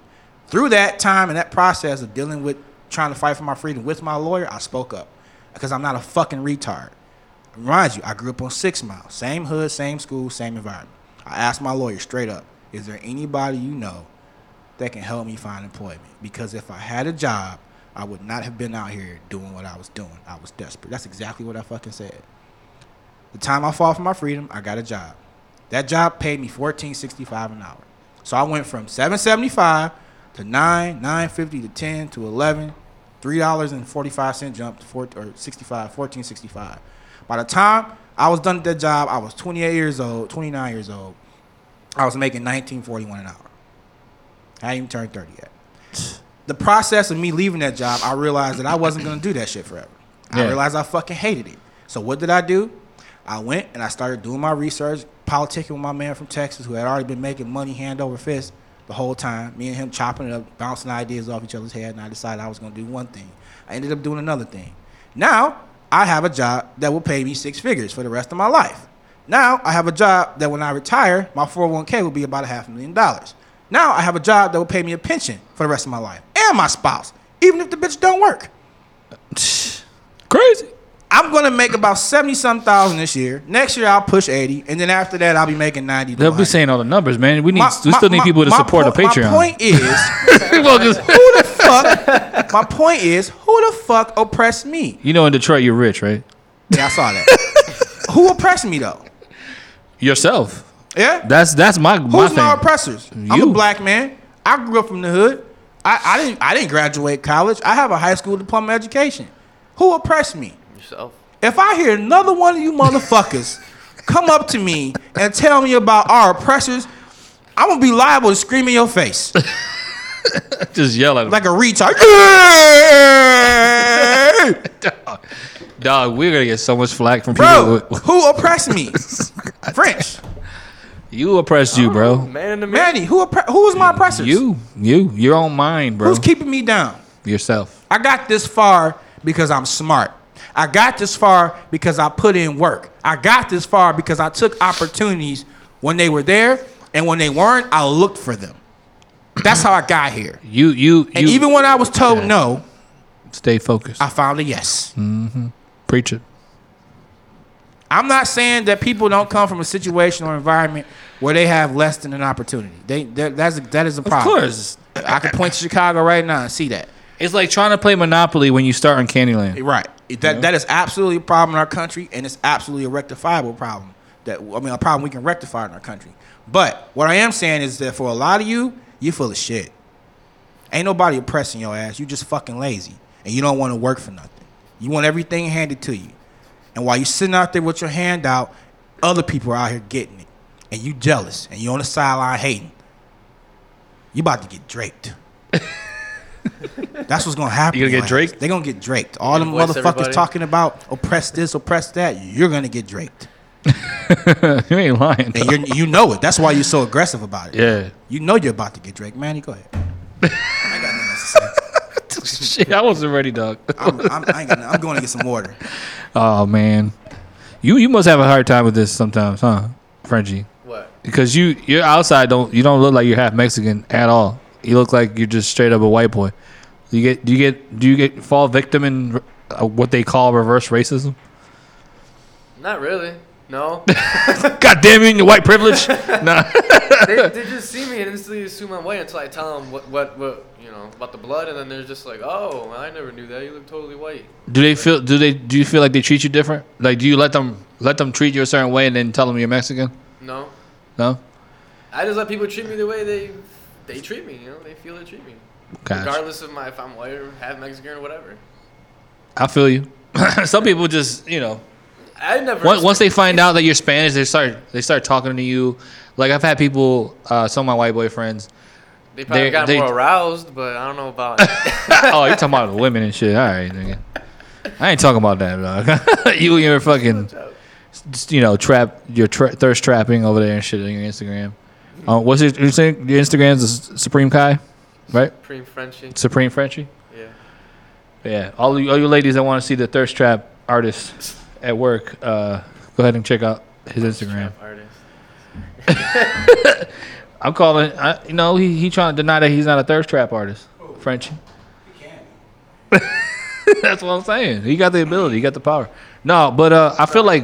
E: Through that time and that process of dealing with trying to fight for my freedom with my lawyer, I spoke up because I'm not a fucking retard. Reminds you, I grew up on Six Mile, same hood, same school, same environment. I asked my lawyer straight up, "Is there anybody you know that can help me find employment. Because if I had a job, I would not have been out here doing what I was doing. I was desperate. That's exactly what I fucking said. The time I fought for my freedom, I got a job. That job paid me fourteen sixty five an hour. So I went from seven seventy five to nine, nine fifty to ten to eleven, three dollars and forty five cent jump to four or sixty five, fourteen sixty five. By the time I was done at that job, I was twenty eight years old, twenty nine years old. I was making nineteen forty one an hour. I ain't even turned 30 yet. The process of me leaving that job, I realized that I wasn't going to do that shit forever. I
A: Yeah.
E: realized I fucking hated it. So what did I do? I went and I started doing my research, politicking with my man from Texas who had already been making money hand over fist the whole time. Me and him chopping it up, bouncing ideas off each other's head, and I decided I was going to do one thing. I ended up doing another thing. Now, I have a job that will pay me six figures for the rest of my life. Now, I have a job that when I retire, my 401k will be about a half a million dollars. Now I have a job that will pay me a pension for the rest of my life and my spouse, even if the bitch don't work.
A: Crazy.
E: I'm gonna make about seventy some thousand this year. Next year I'll push eighty, and then after that I'll be making ninety. to
A: They'll be
E: 100.
A: saying all the numbers, man. We need
E: My-
A: we
E: my-
A: still need
E: my-
A: people to
E: my
A: support
E: po-
A: a Patreon. [LAUGHS]
E: My point is,
A: Well, 'cause-
E: who the fuck? My point is, who the fuck oppressed me?
A: you know, in Detroit, you're rich, right?
E: Yeah, I saw that. who oppressed me though?
A: Yourself.
E: Yeah.
A: That's that's my my
E: Who's
A: thing.
E: my oppressors? I'm a
A: You.
E: black man. I grew up from the hood. I, I didn't I didn't graduate college. I have a high school diploma education. Who oppressed me?
D: Yourself.
E: If I hear another one of you motherfuckers [LAUGHS] come up to me and tell me about our oppressors, I'm gonna be liable to scream in your face [LAUGHS]
A: Just yell at him.
E: like a retard. [LAUGHS]
A: Dog, we're gonna get so much flack from
E: Bro,
A: people. who-
E: who oppressed me? French,
A: You oppressed you, bro.
D: Man in the mirror.
E: Manny. Who oppre- who was my oppressors?
A: You, you, your own mind, bro.
E: Who's keeping me down?
A: Yourself.
E: I got this far because I'm smart. I got this far because I put in work. I got this far because I took opportunities when they were there, and when they weren't, I looked for them. That's how I got here.
A: You, you,
E: And
A: you.
E: even when I was told no,
A: stay focused.
E: I found a yes.
A: Mm. Preach it.
E: I'm not saying that people don't come from a situation or environment where they have less than an opportunity. They that, that's a, that is a problem.
A: course.
E: I can point to Chicago right now and see that.
A: It's like trying to play Monopoly when you start in Candyland.
E: Right. That that is absolutely a problem in our country, and it's absolutely a rectifiable problem. That I mean, a problem we can rectify in our country. But what I am saying is that for a lot of you, you're full of shit. Ain't nobody oppressing your ass. You just fucking lazy, and you don't want to work for nothing. You want everything handed to you, and while you sitting out there with your hand out, other people are out here getting it, and you jealous, and you on the sideline hating. You about to
A: [LAUGHS]
E: get draped. That's what's gonna happen.
A: You gonna
E: to
A: get
E: your ass.
A: draped?
E: They gonna get draped. All them
D: voice
E: motherfuckers
D: everybody.
E: talking about oppress this, oppress that. You're gonna get draped,
A: [LAUGHS] you ain't lying.
E: and you you know it. That's why you're so aggressive about
A: [LAUGHS]
E: it.
A: Yeah.
E: You know you're about to get draped, Manny. Go ahead.
A: Shit, I wasn't ready, dog.
E: I'm, I'm, I ain't gonna, I'm going to get some water.
A: Oh man, you you must have a hard time with this sometimes, huh, Frenchie?
D: What?
A: Because you you're outside don't you don't look like you're half Mexican at all. You look like you're just straight up a white boy. You get do you get do you get fall victim in uh, what they call reverse racism?
D: Not really. No.
A: God damn you, and your white privilege. nah. [LAUGHS]
D: they, they just see me and instantly assume I'm white until I tell them what, what, what, you know, about the blood, and then they're just like, oh, I never knew that. You look totally white.
A: Do they feel do they do you feel like they treat you different? Like do you let them let them treat you a certain way and then tell them you're Mexican?
D: No.
A: No.
D: I just let people treat me the way they they treat me. You know, they feel they treat me,
A: Gotcha.
D: regardless of my if I'm white or half Mexican or whatever.
A: I feel you. [LAUGHS] Some people just you know
D: I never.
A: Once, once they find out that you're Spanish, they start they start talking to you. Like I've had people, uh, some of my white boyfriends,
D: They probably
A: They-
D: got
A: they-
D: more aroused, but I don't
A: [LAUGHS]
D: know about.
A: oh, you talking about the women and shit? All right, nigga. I ain't talking about that, dog. [LAUGHS] you and your fucking, s- you know, trap your tra- thirst trapping over there and shit on your Instagram. Uh, what's your, your Insta- your Instagram's is Supreme Kai, right?
D: Supreme Frenchie.
A: Supreme Frenchie.
D: Yeah.
A: Yeah, all you, all you ladies that want to see the thirst trap artist at work, uh, go ahead and check out his Instagram.
D: Trap artist.
A: I'm calling. I, you know, he he trying to deny that he's not a thirst trap artist, Frenchie. [LAUGHS] That's what I'm saying. He got the ability. He got the power. No, but uh, I feel like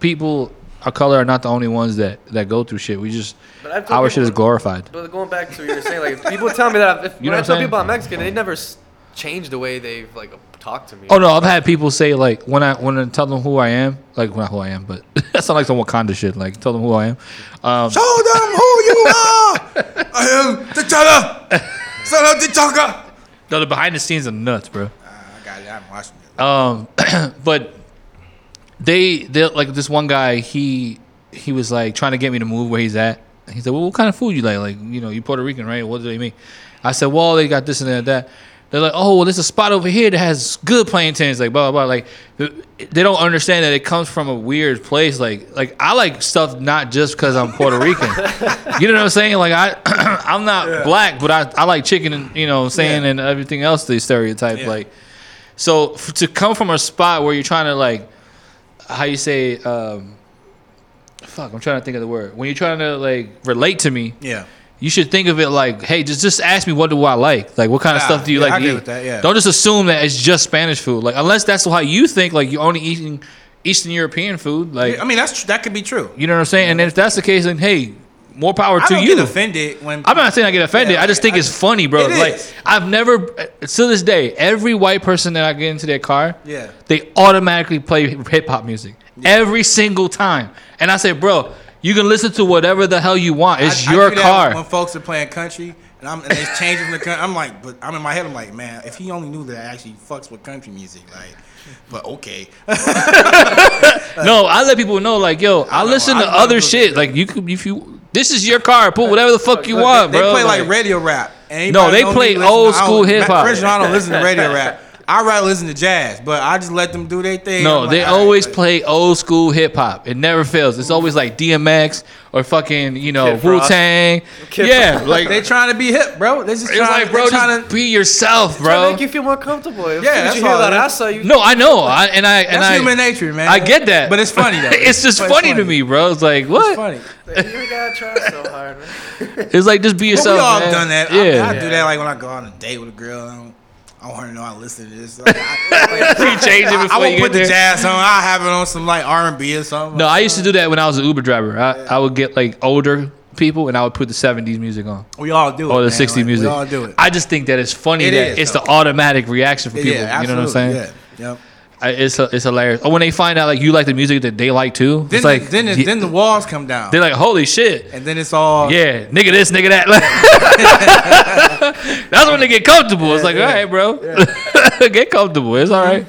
A: people of color are not the only ones that that go through shit. We just
D: But I've told
A: our
D: people-
A: shit is glorified.
D: But going back to what you were saying, like if people tell me that I'm- if,
A: You know
D: when I
A: what I'm
D: tell
A: saying?
D: people I'm Mexican, they never s- change the way they've like talked to me.
A: Oh no, I've had people say like when I when I tell them who I am, like not who I am, but [LAUGHS] that sounds like some Wakanda shit. Like tell them who I am. Um,
E: [LAUGHS] Show them who you are. I am T'Challa. Son of T'Chaka.
A: no, the behind the scenes are nuts, bro.
E: I got it. I'm watching it.
A: Um, but they they like this one guy. He he was like trying to get me to move where he's at. And He said, "Well, what kind of food you like? Like you know, you Puerto Rican, right? What do they make?" I said, "Well, they got this and that." that. They're like, "Oh, well, there's a spot over here that has good plantains." Like blah blah blah. Like th- they don't understand that it comes from a weird place. Like like I like stuff not just because I'm Puerto Rican. you know what I'm saying? Like I [CLEARS THROAT] I'm not black, but I, I like chicken and you know what I'm saying and everything else they stereotype
E: Yeah.
A: like. So f- to come from a spot where you're trying to like, how you say, um, fuck, I'm trying to think of the word. When you're trying to like relate to me,
E: Yeah.
A: you should think of it like, hey, just just ask me what do I like? Like what kind of
E: Ah,
A: stuff do you
E: yeah,
A: like
E: I
A: to
E: agree
A: eat?
E: with that, yeah.
A: Don't just assume that it's just Spanish food. Like unless that's how you think, like you're only eating Eastern European food. Like
E: I mean, that's tr- that could be true.
A: you know what I'm saying? And if that's the case, then hey, more power
E: I
A: to
E: don't
A: you.
E: get offended when
A: I'm not saying I get offended.
E: Yeah,
A: I just
E: like,
A: think
E: I-
A: it's funny, bro.
E: It
A: like
E: is.
A: I've never to this day, every white person that I get into their car,
E: Yeah.
A: they automatically play hip hop music every single time. And I say, bro, you can listen to whatever the hell you want. It's
E: I- I
A: your
E: do that
A: car.
E: When folks are playing country and I'm and it's changing from the country, I'm like, but I'm in my head. I'm like, man, if he only knew that I actually fucks with country music, like, but okay,
A: no, I let people know, like, yo, I,
E: know.
A: listen
E: I
A: to
E: love
A: other
E: those-
A: shit. Like you could, if you, this is your car. Put whatever the fuck you want,
E: [LAUGHS] they
A: bro.
E: play like radio rap. And
A: No,
E: anybody
A: they
E: know me
A: play
E: listen to-
A: old
E: I don't-
A: school hip hop.
E: Rich, I don't listen to radio rap. I rather listen to jazz, but I just let them do their thing.
A: No,
E: I'm
A: they
E: like, all right,
A: always
E: but-
A: play old school hip hop. It never fails. It's always like DMX or fucking you know
D: Kid Frost.
A: Wu Tang.
D: Kid
A: Yeah,
D: Frost.
A: like
E: They trying to be hip, bro. They just
A: it's
E: trying,
A: like bro,
E: they trying
A: just be yourself,
D: Try to
A: bro.
D: make you feel more comfortable. If
E: Yeah,
D: yeah,
E: that's
D: you hear
E: all,
D: that
E: man.
D: asa, you
A: No, I know, I, and I and
E: That's
A: I
E: human nature, man.
A: I get that,
E: But it's funny,
A: [LAUGHS]
E: though.
A: it's just
E: But
A: funny, to me, bro. It's like what?
E: It's
A: It's,
E: funny.
D: Like, you gotta try
E: [LAUGHS]
D: so hard. Man.
A: like just be
E: But
A: yourself.
E: we all
A: man.
E: done that.
A: Yeah,
E: I, mean, I do that like when I go on a date with a girl. I don't, I want her to know I listen to this. Like, I,
A: you change it [LAUGHS]
E: I
A: before
E: will
A: you get
E: put the
A: there.
E: jazz on. I have it on some like R and B or something.
A: no, I used to do that when I was an Uber driver. I, I would get like older people, and I would put the '70s music on.
E: we all do it.
A: Or Oh, the
E: Oh, man.
A: 60
E: Like,
A: music.
E: We all do it.
A: I just think that it's funny
E: It
A: that
E: is,
A: it's
E: though.
A: the automatic reaction for people. you know what I'm saying?
E: Yeah. Yep.
A: I, it's it's hilarious. Or when they find out like you like the music that they like too,
E: Then,
A: it's like
E: the, then, the,
A: yeah,
E: then the walls come down,
A: they're like, holy shit,
E: and then it's all
A: yeah, nigga this, nigga that. [LAUGHS] That's when they get comfortable. it's like, all right, bro, [LAUGHS] get comfortable. It's all right.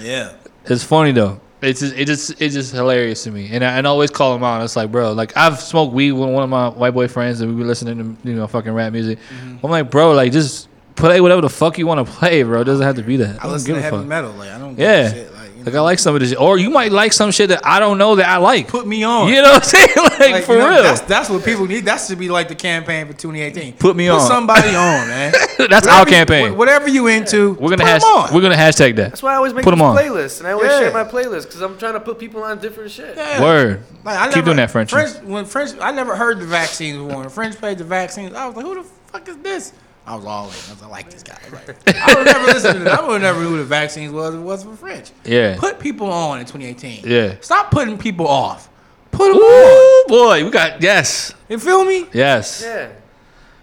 E: yeah.
A: It's funny though. It's just, it just it's just hilarious to me, and I, and I always call him out. It's like, bro, like I've smoked weed with one of my white boy friends, and we were listening to you know fucking rap music. I'm like, bro, like just play whatever the fuck you want to play, bro. It doesn't have to be that. I,
E: I
A: don't
E: listen
A: give
E: to
A: a
E: heavy
A: fuck.
E: metal. Like I don't. Give
A: Yeah,
E: a shit. Like, you
A: like
E: know,
A: I like some of this, shit. or you might like some shit that I don't know that I like.
E: put me on.
A: You know what I'm saying? [LAUGHS] Like,
E: Like,
A: for
E: you know,
A: real.
E: That's, that's what people need. That should be like the campaign for 2018.
A: Put me on.
E: Put somebody on, man.
A: That's [LAUGHS] our
E: Whatever you-
A: campaign.
E: wh- Whatever you into,
A: we're gonna
E: put 'em
A: hash,
E: on.
A: we're gonna hashtag that.
D: That's why I always make
A: Put
D: these
A: 'em on.
D: playlists, and I always
E: Yeah.
D: share my playlist because I'm trying to put people on different shit.
E: Yeah.
A: Word.
E: Like, I
A: Keep
E: never-
A: doing that, French.
E: When French, I never heard the vaccines were When French played the vaccines, I was like, who the fuck is this? I was all in. I was like, I like this guy. I, was like, I would never listen to that. I would never knew who the vaccines was. It was for French.
A: Yeah.
E: Put people on in 2018.
A: Yeah.
E: Stop putting people off. Put them on.
A: Ooh, boy, we got yes,
E: You feel me?
A: yes.
D: Yeah.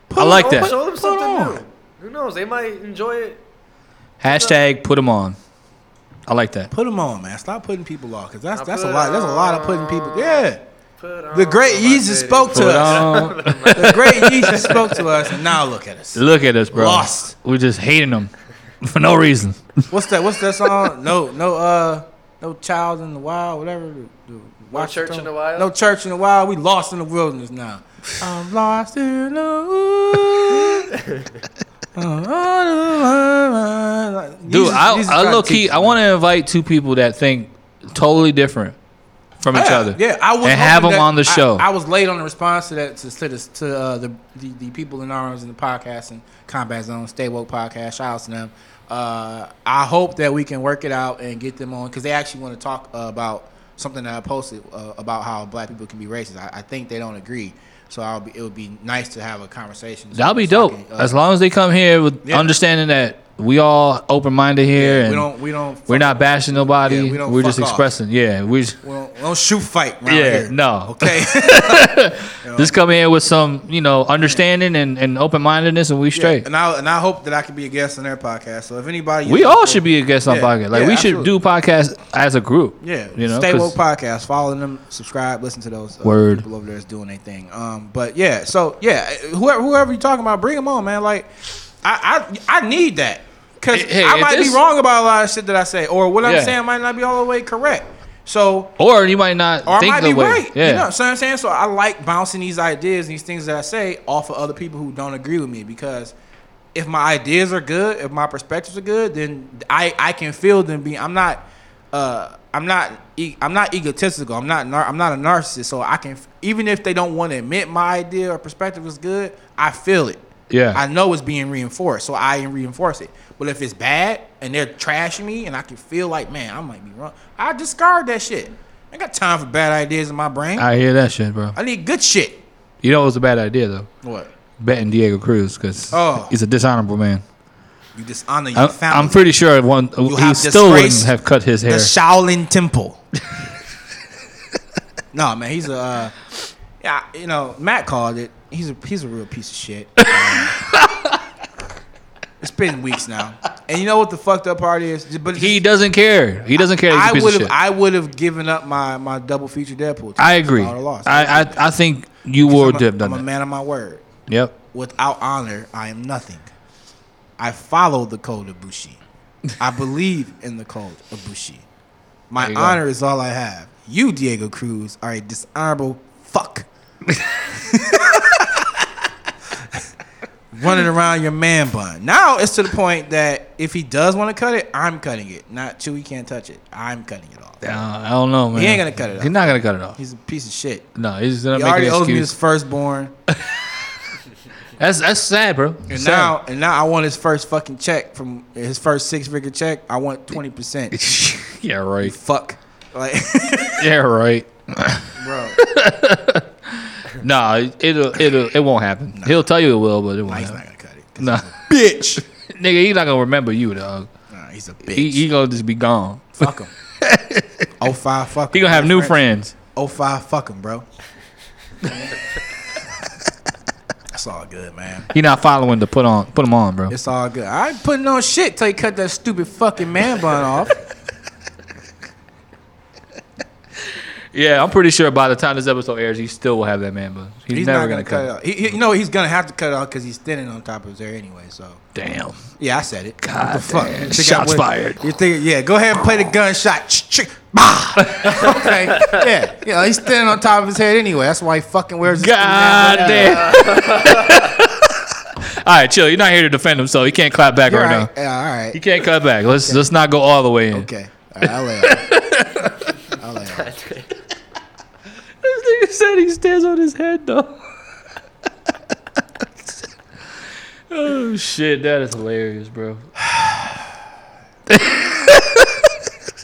E: Put
A: I
E: 'em
A: like
E: on.
A: that.
E: Put-
D: Show them
E: put
D: something
E: 'em on.
D: new. Who knows? They might enjoy it.
A: Hashtag put them on. I like that.
E: Put them on, man. Stop putting people off, cause that's
D: I
E: that's a
D: put
E: lot. That's a lot of putting people. Yeah.
D: Put
E: The
D: on
E: great
D: my
E: Yeezus
D: baby.
E: spoke to
A: Put
E: us.
A: on.
E: The great Yeezus spoke to us, and now look at [LAUGHS] us.
A: Look at us, bro.
E: Lost.
A: We're just hating them for no reason.
E: What's that? What's that song? No, no, uh, no child in the wild, whatever. The, the Watch
D: church
E: the-
D: in the wild?
E: No church in the wild. We lost in the wilderness now. I'm lost in
D: [LAUGHS]
E: the wilderness.
A: Dude, I, I low key, I want to invite two people that think totally different from each
E: yeah,
A: other.
E: Yeah, I was
A: and have
E: hoping
A: them
E: that-
A: on the
E: I-
A: show.
E: I, was late on the response to that to to, the, to uh, the, the the people in arms in the podcast and Combat Zone Stay Woke podcast. Shout out to them. Uh, I hope that we can work it out and get them on because they actually want to talk uh, about something that I posted uh, about how black people can be racist. I, I think they don't agree, so I'll be, it would be nice to have a conversation.
A: That'll be
E: So I
A: dope.
E: can, uh,
A: as long as they come here with
E: Yeah.
A: understanding that we all open minded here and
E: we don't we don't
A: we're not bashing nobody.
E: Yeah, we don't
A: we are just
E: fuck off.
A: expressing. Yeah, we just,
E: we don't, we don't shoot fight. Around
A: Yeah,
E: here.
A: no.
E: Okay.
A: just come in with some you know understanding and, and open mindedness, and we [LAUGHS]
E: Yeah,
A: straight.
E: And I and I hope that I can be a guest on their podcast. So if anybody,
A: we all should be a guest on
E: Yeah,
A: podcast. Like
E: yeah,
A: we should
E: absolutely.
A: do podcasts as a group.
E: Yeah,
A: you know,
E: Stay
A: 'cause
E: woke podcast. Follow them, subscribe, listen to those uh,
A: Word.
E: people over there is doing their thing. Um, but yeah, so yeah, whoever whoever you talking about, bring them on, man. Like, I I, I need that because
A: Hey,
E: I
A: if
E: might
A: this-
E: be wrong about a lot of shit that I say, or what I'm
A: Yeah.
E: saying might not be all the way correct. So
A: or you might not
E: or I
A: think
E: might
A: the
E: be
A: way.
E: right.
A: Yeah,
E: You know what I'm saying? So I like bouncing these ideas, these things that I say off of other people who don't agree with me because if my ideas are good, if my perspectives are good, then I, I can feel them being I'm not uh I'm not e- I'm not egotistical. I'm not nar- I'm not a narcissist. So I can even if they don't want to admit my idea or perspective is good, I feel it.
A: Yeah.
E: I know it's being reinforced, so I reinforce it. But if it's bad and they're trashing me and I can feel like, man, I might be wrong, I discard that shit. I ain't got time for bad ideas in my brain. I,
A: I hear that shit, bro.
E: need good shit.
A: You know it was a bad idea though.
E: What?
A: Betting Diego Cruz because
E: Oh.
A: he's a dishonorable man.
E: You dishonor your
A: I'm,
E: family.
A: I'm pretty sure one he
E: have
A: still wouldn't
E: disgraced
A: have cut his
E: the
A: hair.
E: Shaolin
A: [LAUGHS]
E: Temple. no, man, he's a. Uh, yeah, you know, Matt called it. He's a he's a real piece of
A: [LAUGHS]
E: shit. Um, it's been weeks now, and you know what the fucked up part is? But
A: he doesn't care. He doesn't care. That
E: I
A: he's a
E: would
A: piece of
E: have
A: shit.
E: I would have given up my my double feature Deadpool.
A: I agree.
E: I,
A: I,
E: lost.
A: I I think you would
E: I'm, a,
A: have
E: I'm
A: done
E: a
A: that.
E: man of my word.
A: Yep.
E: Without honor, I am nothing. I follow the code of Bushi. I believe in the code of Bushi. My
A: There you go.
E: honor is all I have. You, Diego Cruz, are a dishonorable fuck. [LAUGHS] Running around your man bun. Now it's to the point that if he does want to cut it, I'm cutting it. Not Chewy can't touch it. I'm cutting it off.
A: Uh, I don't know, man.
E: He ain't gonna cut it off.
A: He's not gonna cut it off.
E: He's a piece of shit.
A: No, he's gonna
E: He
A: make
E: already
A: an
E: owes me his
A: excuse.
E: firstborn.
A: [LAUGHS] That's that's sad, bro.
E: And
A: Sad.
E: now, and now I want his first fucking check from his first six figure check. I want twenty percent.
A: [LAUGHS] yeah, right. [LAUGHS]
E: Fuck, like, [LAUGHS]
A: Yeah, right.
E: bro,
A: Nah, it'll it'll it won't happen. He'll tell you it will, but it won't.
E: he's
A: happen.
E: not gonna
A: Nah,
E: cut it. Bitch,
A: [LAUGHS] nigga, he's not gonna remember you, dog.
E: nah, he's a
A: He,
E: bitch.
A: he gonna just be gone. [LAUGHS]
E: fuck him. Oh five, fuck.
A: He gonna have new friends.
E: Oh five, fuck him,
A: [LAUGHS]
E: bro. That's all good, man.
A: He not following to put on put him on, bro.
E: It's all good. I ain't putting on shit till you cut that stupid fucking man bun off.
A: Yeah, I'm pretty sure by the time this episode airs, he still will have that man, but [LAUGHS] he's,
E: He's,
A: never
E: not gonna, cut it off. He, he, you know he's gonna have to cut it off because he's thinning on top of his hair anyway. So.
A: Damn.
E: Yeah, I said it.
A: God
E: what the fuck?
A: damn.
E: You think I
A: Shots
E: wouldn't-
A: fired.
E: You think? Yeah, go ahead and play the gunshot. Ch- ch-
A: [LAUGHS]
E: Bah. okay. Yeah. Yeah. He's standing on top of his head anyway. That's why he fucking wears. his
A: God
E: goddamn-
A: damn. [LAUGHS]
E: [LAUGHS]
A: all right, chill. You're not here to defend him, so he can't clap back
E: All
A: right,
E: right.
A: now.
E: Yeah, all
A: He
E: right.
A: can't cut back. Let's let's not go all the way in.
E: Okay. All right. I'll lay off. I'll lay off.
A: This nigga said he stands on his head though. [LAUGHS] oh shit, that is hilarious, [LAUGHS] bro.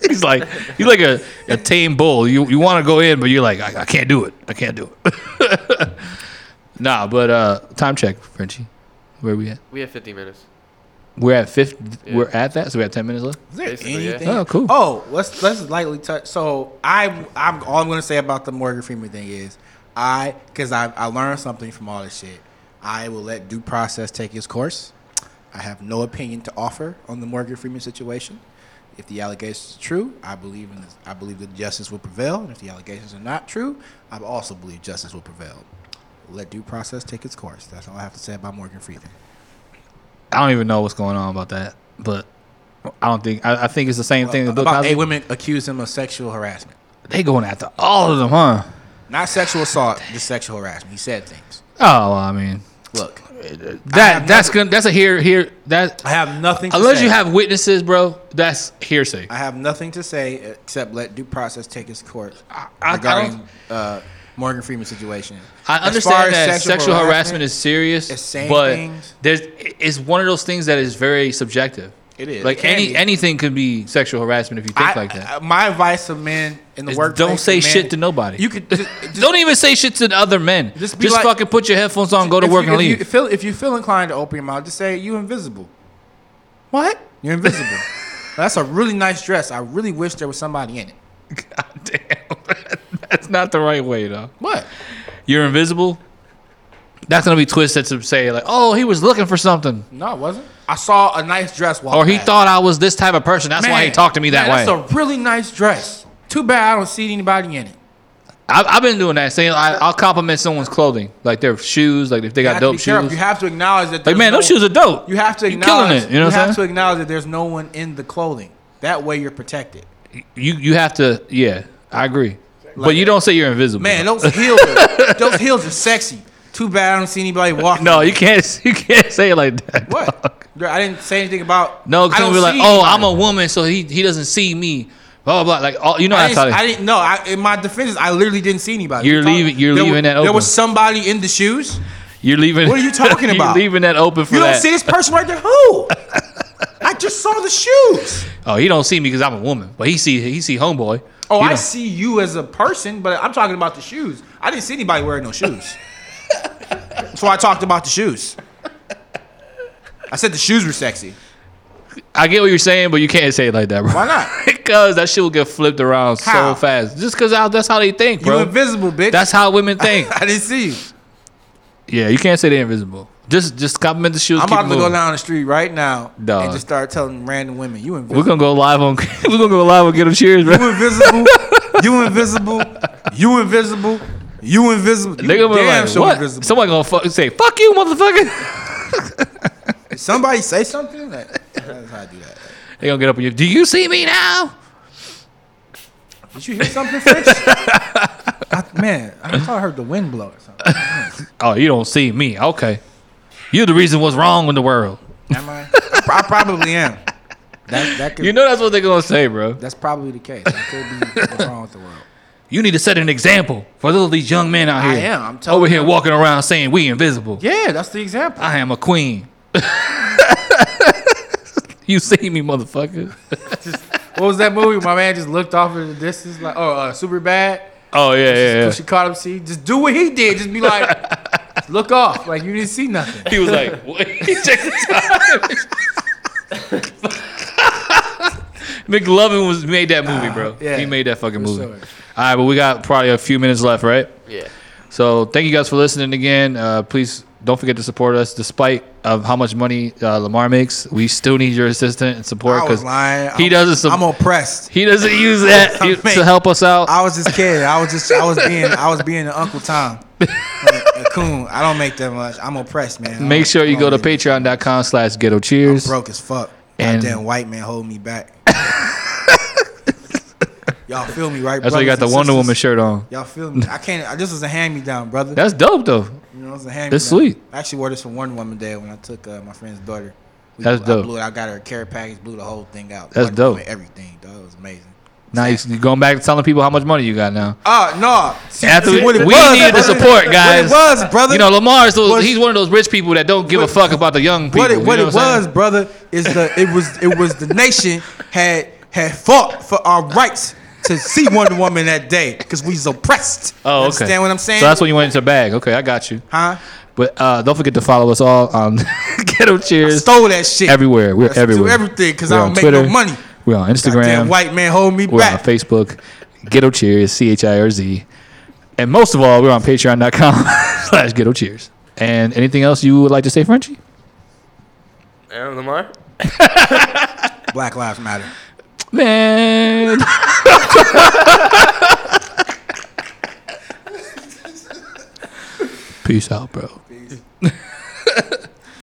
A: He's like he's like a, a tame bull. You you want to go in, but you're like, I, I can't do it. I can't do it. [LAUGHS] nah, but uh time check, Frenchie. Where we at?
D: We have 50 minutes.
A: We're at fifth we're at that, so we have ten minutes left.
E: Is there
D: Basically, yeah.
E: anything?
A: Oh, cool.
E: Oh, let's let's lightly touch. So I I'm all I'm gonna say about the Morgan Freeman thing is I because I I learned something from all this shit. I will let due process take its course. I have no opinion to offer on the Morgan Freeman situation. If the allegations are true, I believe in this, I believe that justice will prevail. And if the allegations are not true, I also believe justice will prevail. Let due process take its course. That's all I have to say about Morgan Freeman.
A: I don't even know what's going on about that, but I don't think I, I think it's the same thing. as Bill
E: About
A: Cosby.
E: eight women accused him of sexual harassment.
A: They going after all of them, huh?
E: Not sexual assault, just sexual harassment. He said things.
A: Oh, well, I mean,
E: Look,
A: that that's gonna that's a here here that
E: I have nothing. To
A: unless
E: say.
A: you have witnesses, bro. That's hearsay.
E: I have nothing to say except let due process take its course
A: I
E: regarding uh, Morgan Freeman's situation.
A: I
E: As far
A: understand
E: as
A: that sexual, harassment, is serious,
E: it's saying
A: but
E: things.
A: there's it's one of those things that is very subjective.
E: It is. It
A: like
E: can
A: any
E: be.
A: anything could be sexual harassment if you think
E: I-
A: like that.
E: I- my advice to men in the
A: Is
E: workplace:
A: don't say
E: to men-
A: shit to nobody.
E: You
A: [LAUGHS]
E: could just, just-
A: don't even say shit to the other men.
E: Just
A: Just,
E: be like-
A: fucking put your headphones on, go to
E: if
A: work and
E: you, if
A: leave.
E: You feel, if you feel inclined to open your mouth, just say you invisible. What?
A: [LAUGHS]
E: You're invisible. That's a really nice dress. I really wish there was somebody in it.
A: God
E: [LAUGHS]
A: damn, that's not the right way though.
E: What?
A: You're invisible. That's gonna be twisted to say like, oh, he was looking for something,
E: No, it wasn't. I saw a nice dress walk.
A: or he
E: past.
A: thought I was this type of person. That's why he
E: Man,
A: talked to me that way.
E: man, That's a really nice dress. Too bad I don't see anybody in it.
A: I've, I've been doing that. Saying I, I'll compliment someone's clothing, like their shoes, like if they
E: You
A: got
E: have to
A: dope
E: be careful.
A: shoes.
E: You have to acknowledge that.
A: Like
E: there's
A: man,
E: no,
A: those shoes are dope.
E: You have to
A: You're killing
E: acknowledge.
A: it. You know what
E: have
A: I'm
E: to
A: saying?
E: acknowledge that there's no one in the clothing. That way you're protected.
A: You you have to. Yeah, I agree. but you don't say you're invisible. [LAUGHS]
E: Man, those heels, are, those heels are sexy. Too bad I don't see
A: [LAUGHS]
E: anybody walking.
A: no, you can't. [LAUGHS] You can't say it like that.
E: What? Girl, I didn't say anything about.
A: No,
E: I
A: because
E: don't
A: we're like,
E: see
A: oh, I'm
E: anybody.
A: a woman, so he he doesn't see me. Blah blah. blah. Like all, you know,
E: I
A: that's how
E: didn't, I
A: they,
E: didn't no. I, in my defense, I literally didn't see anybody.
A: You're
E: You talking-
A: leaving- you're
E: there
A: leaving
E: was-
A: that
E: There
A: open.
E: was somebody in
A: [LAUGHS]
E: the shoes.
A: you're leaving.
E: What are you talking
A: [LAUGHS]
E: about?
A: You're leaving that open for
E: You don't
A: that.
E: see this person right
A: [LAUGHS]
E: there. Who? I just saw the shoes.
A: oh, he don't see me because I'm a woman, but he see he see homeboy.
E: Oh,
A: He
E: I
A: don't-
E: see you as a person, but I'm talking about the shoes. I didn't see anybody wearing no shoes. That's why I talked about the shoes. I said the shoes were sexy.
A: I get what you're saying, but you can't say it like that, bro. [LAUGHS]
E: Why not?
A: because that shit will get flipped around
E: How?
A: so fast. Just because that's how they think, bro.
E: You invisible, bitch.
A: That's how women think.
E: [LAUGHS] I didn't see you.
A: yeah, you can't say they're invisible. Just just compliment the shoes.
E: I'm
A: keep
E: about to go
A: moving.
E: down the street right now and
A: Dog.
E: just start telling random women, "You invisible.
A: We're gonna go live on. [LAUGHS] we're gonna go live and get them cheers, bro.
E: you invisible. you invisible. You invisible. You invisible. You
A: Nigga, gonna be
E: damn
A: like,
E: sure
A: what?
E: invisible.
A: Somebody gonna fuck, say, "Fuck you, motherfucker."
E: Did somebody say something? Like, that's how I do that.
A: they gonna get up and you. Do you see me now?
E: Did you hear something, French? I, man, I thought I heard the wind blow or something.
A: Oh, you don't see me. Okay. You're the reason what's wrong with the world.
E: Am I? I, pro- I probably am. That, that could,
A: You know that's what they're gonna say, bro.
E: that's probably the case. That could be what's wrong with the world.
A: You need to set an example for all these young men out
E: I
A: here.
E: am. I'm telling
A: over here
E: you.
A: walking around saying we invisible.
E: Yeah, that's the example.
A: I am a queen. [LAUGHS] you see me, motherfucker.
E: What was that movie? My man just looked off in the distance, like, oh, uh, super bad.
A: Oh yeah, yeah, yeah.
E: She caught him. See, just do what he did. Just be like, look off, like you didn't see nothing.
A: [LAUGHS] He was like, what? [LAUGHS] He checked his time. [LAUGHS] McLovin was made that movie, bro.
E: yeah.
A: He made that fucking movie.
E: sure.
A: All right, but we got probably a few minutes left, right?
D: Yeah.
A: So thank you guys for listening again. Uh, please don't forget to support us, despite of how much money uh, Lamar makes. We still need your assistance and support
E: I was lying.
A: he
E: I'm-
A: doesn't. sup-
E: I'm oppressed.
A: he doesn't use that
E: [LAUGHS] I
A: to
E: mean,
A: help us out.
E: I was just kidding. I was just. I was being. I was being an Uncle Tom. A coon. I don't make that much. I'm oppressed, man.
A: Make sure you
E: I
A: go
E: don't
A: to
E: really-
A: patreon.com slash ghetto cheers.
E: Broke as fuck.
A: And-
E: Goddamn white man hold me
A: [LAUGHS]
E: back. Y'all feel me, right?
A: That's why you got
E: brothers
A: the
E: and
A: Wonder
E: sisters?
A: Woman shirt on.
E: Y'all feel me? I can't. I, this was a hand me down, brother.
A: That's dope though.
E: you know, it was a hand me down.
A: that's sweet.
E: I actually wore this for Wonder Woman Day when I took uh, my friend's daughter. We
A: That's
E: blew, I
A: dope.
E: blew it. I got her a care package, blew the whole thing out.
A: That's
E: Wonder Woman,
A: dope.
E: everything, dog. It was amazing.
A: Now you- you're going back to telling people how much money you got now.
E: Oh no! See,
A: After
E: see
A: we,
E: what it
A: we
E: was,
A: need the
E: brother.
A: support, guys.
E: What it was, brother.
A: You know, Lamar is
E: What-
A: those, he's one of those rich people that don't give
E: what-
A: a fuck about the young people.
E: what it,
A: you
E: what
A: know
E: it
A: what I'm
E: was,
A: saying?
E: brother, is the it was it was the nation had had fought for our rights to see Wonder Woman that day because we was oppressed.
A: Oh,
E: You
A: okay.
E: Understand what I'm saying?
A: So that's when you went into the bag. Okay, I got you.
E: huh?
A: But uh, don't forget to follow us all on [LAUGHS] Ghetto Cheers
E: Stole that shit
A: everywhere. We're
E: That's to
A: everywhere.
E: everything, 'cause
A: We're
E: I don't
A: on
E: make no money.
A: We're on
E: Goddamn
A: Instagram.
E: white man, hold me
A: We're on
E: back.
A: Facebook. Ghetto Cheers, C H I R Z. And most of all, we're on patreon.com [LAUGHS] slash ghetto cheers. And anything else you would like to say, Frenchie?
D: Aaron Lamar.
E: Black Lives Matter.
A: Man. [LAUGHS] Peace out, bro.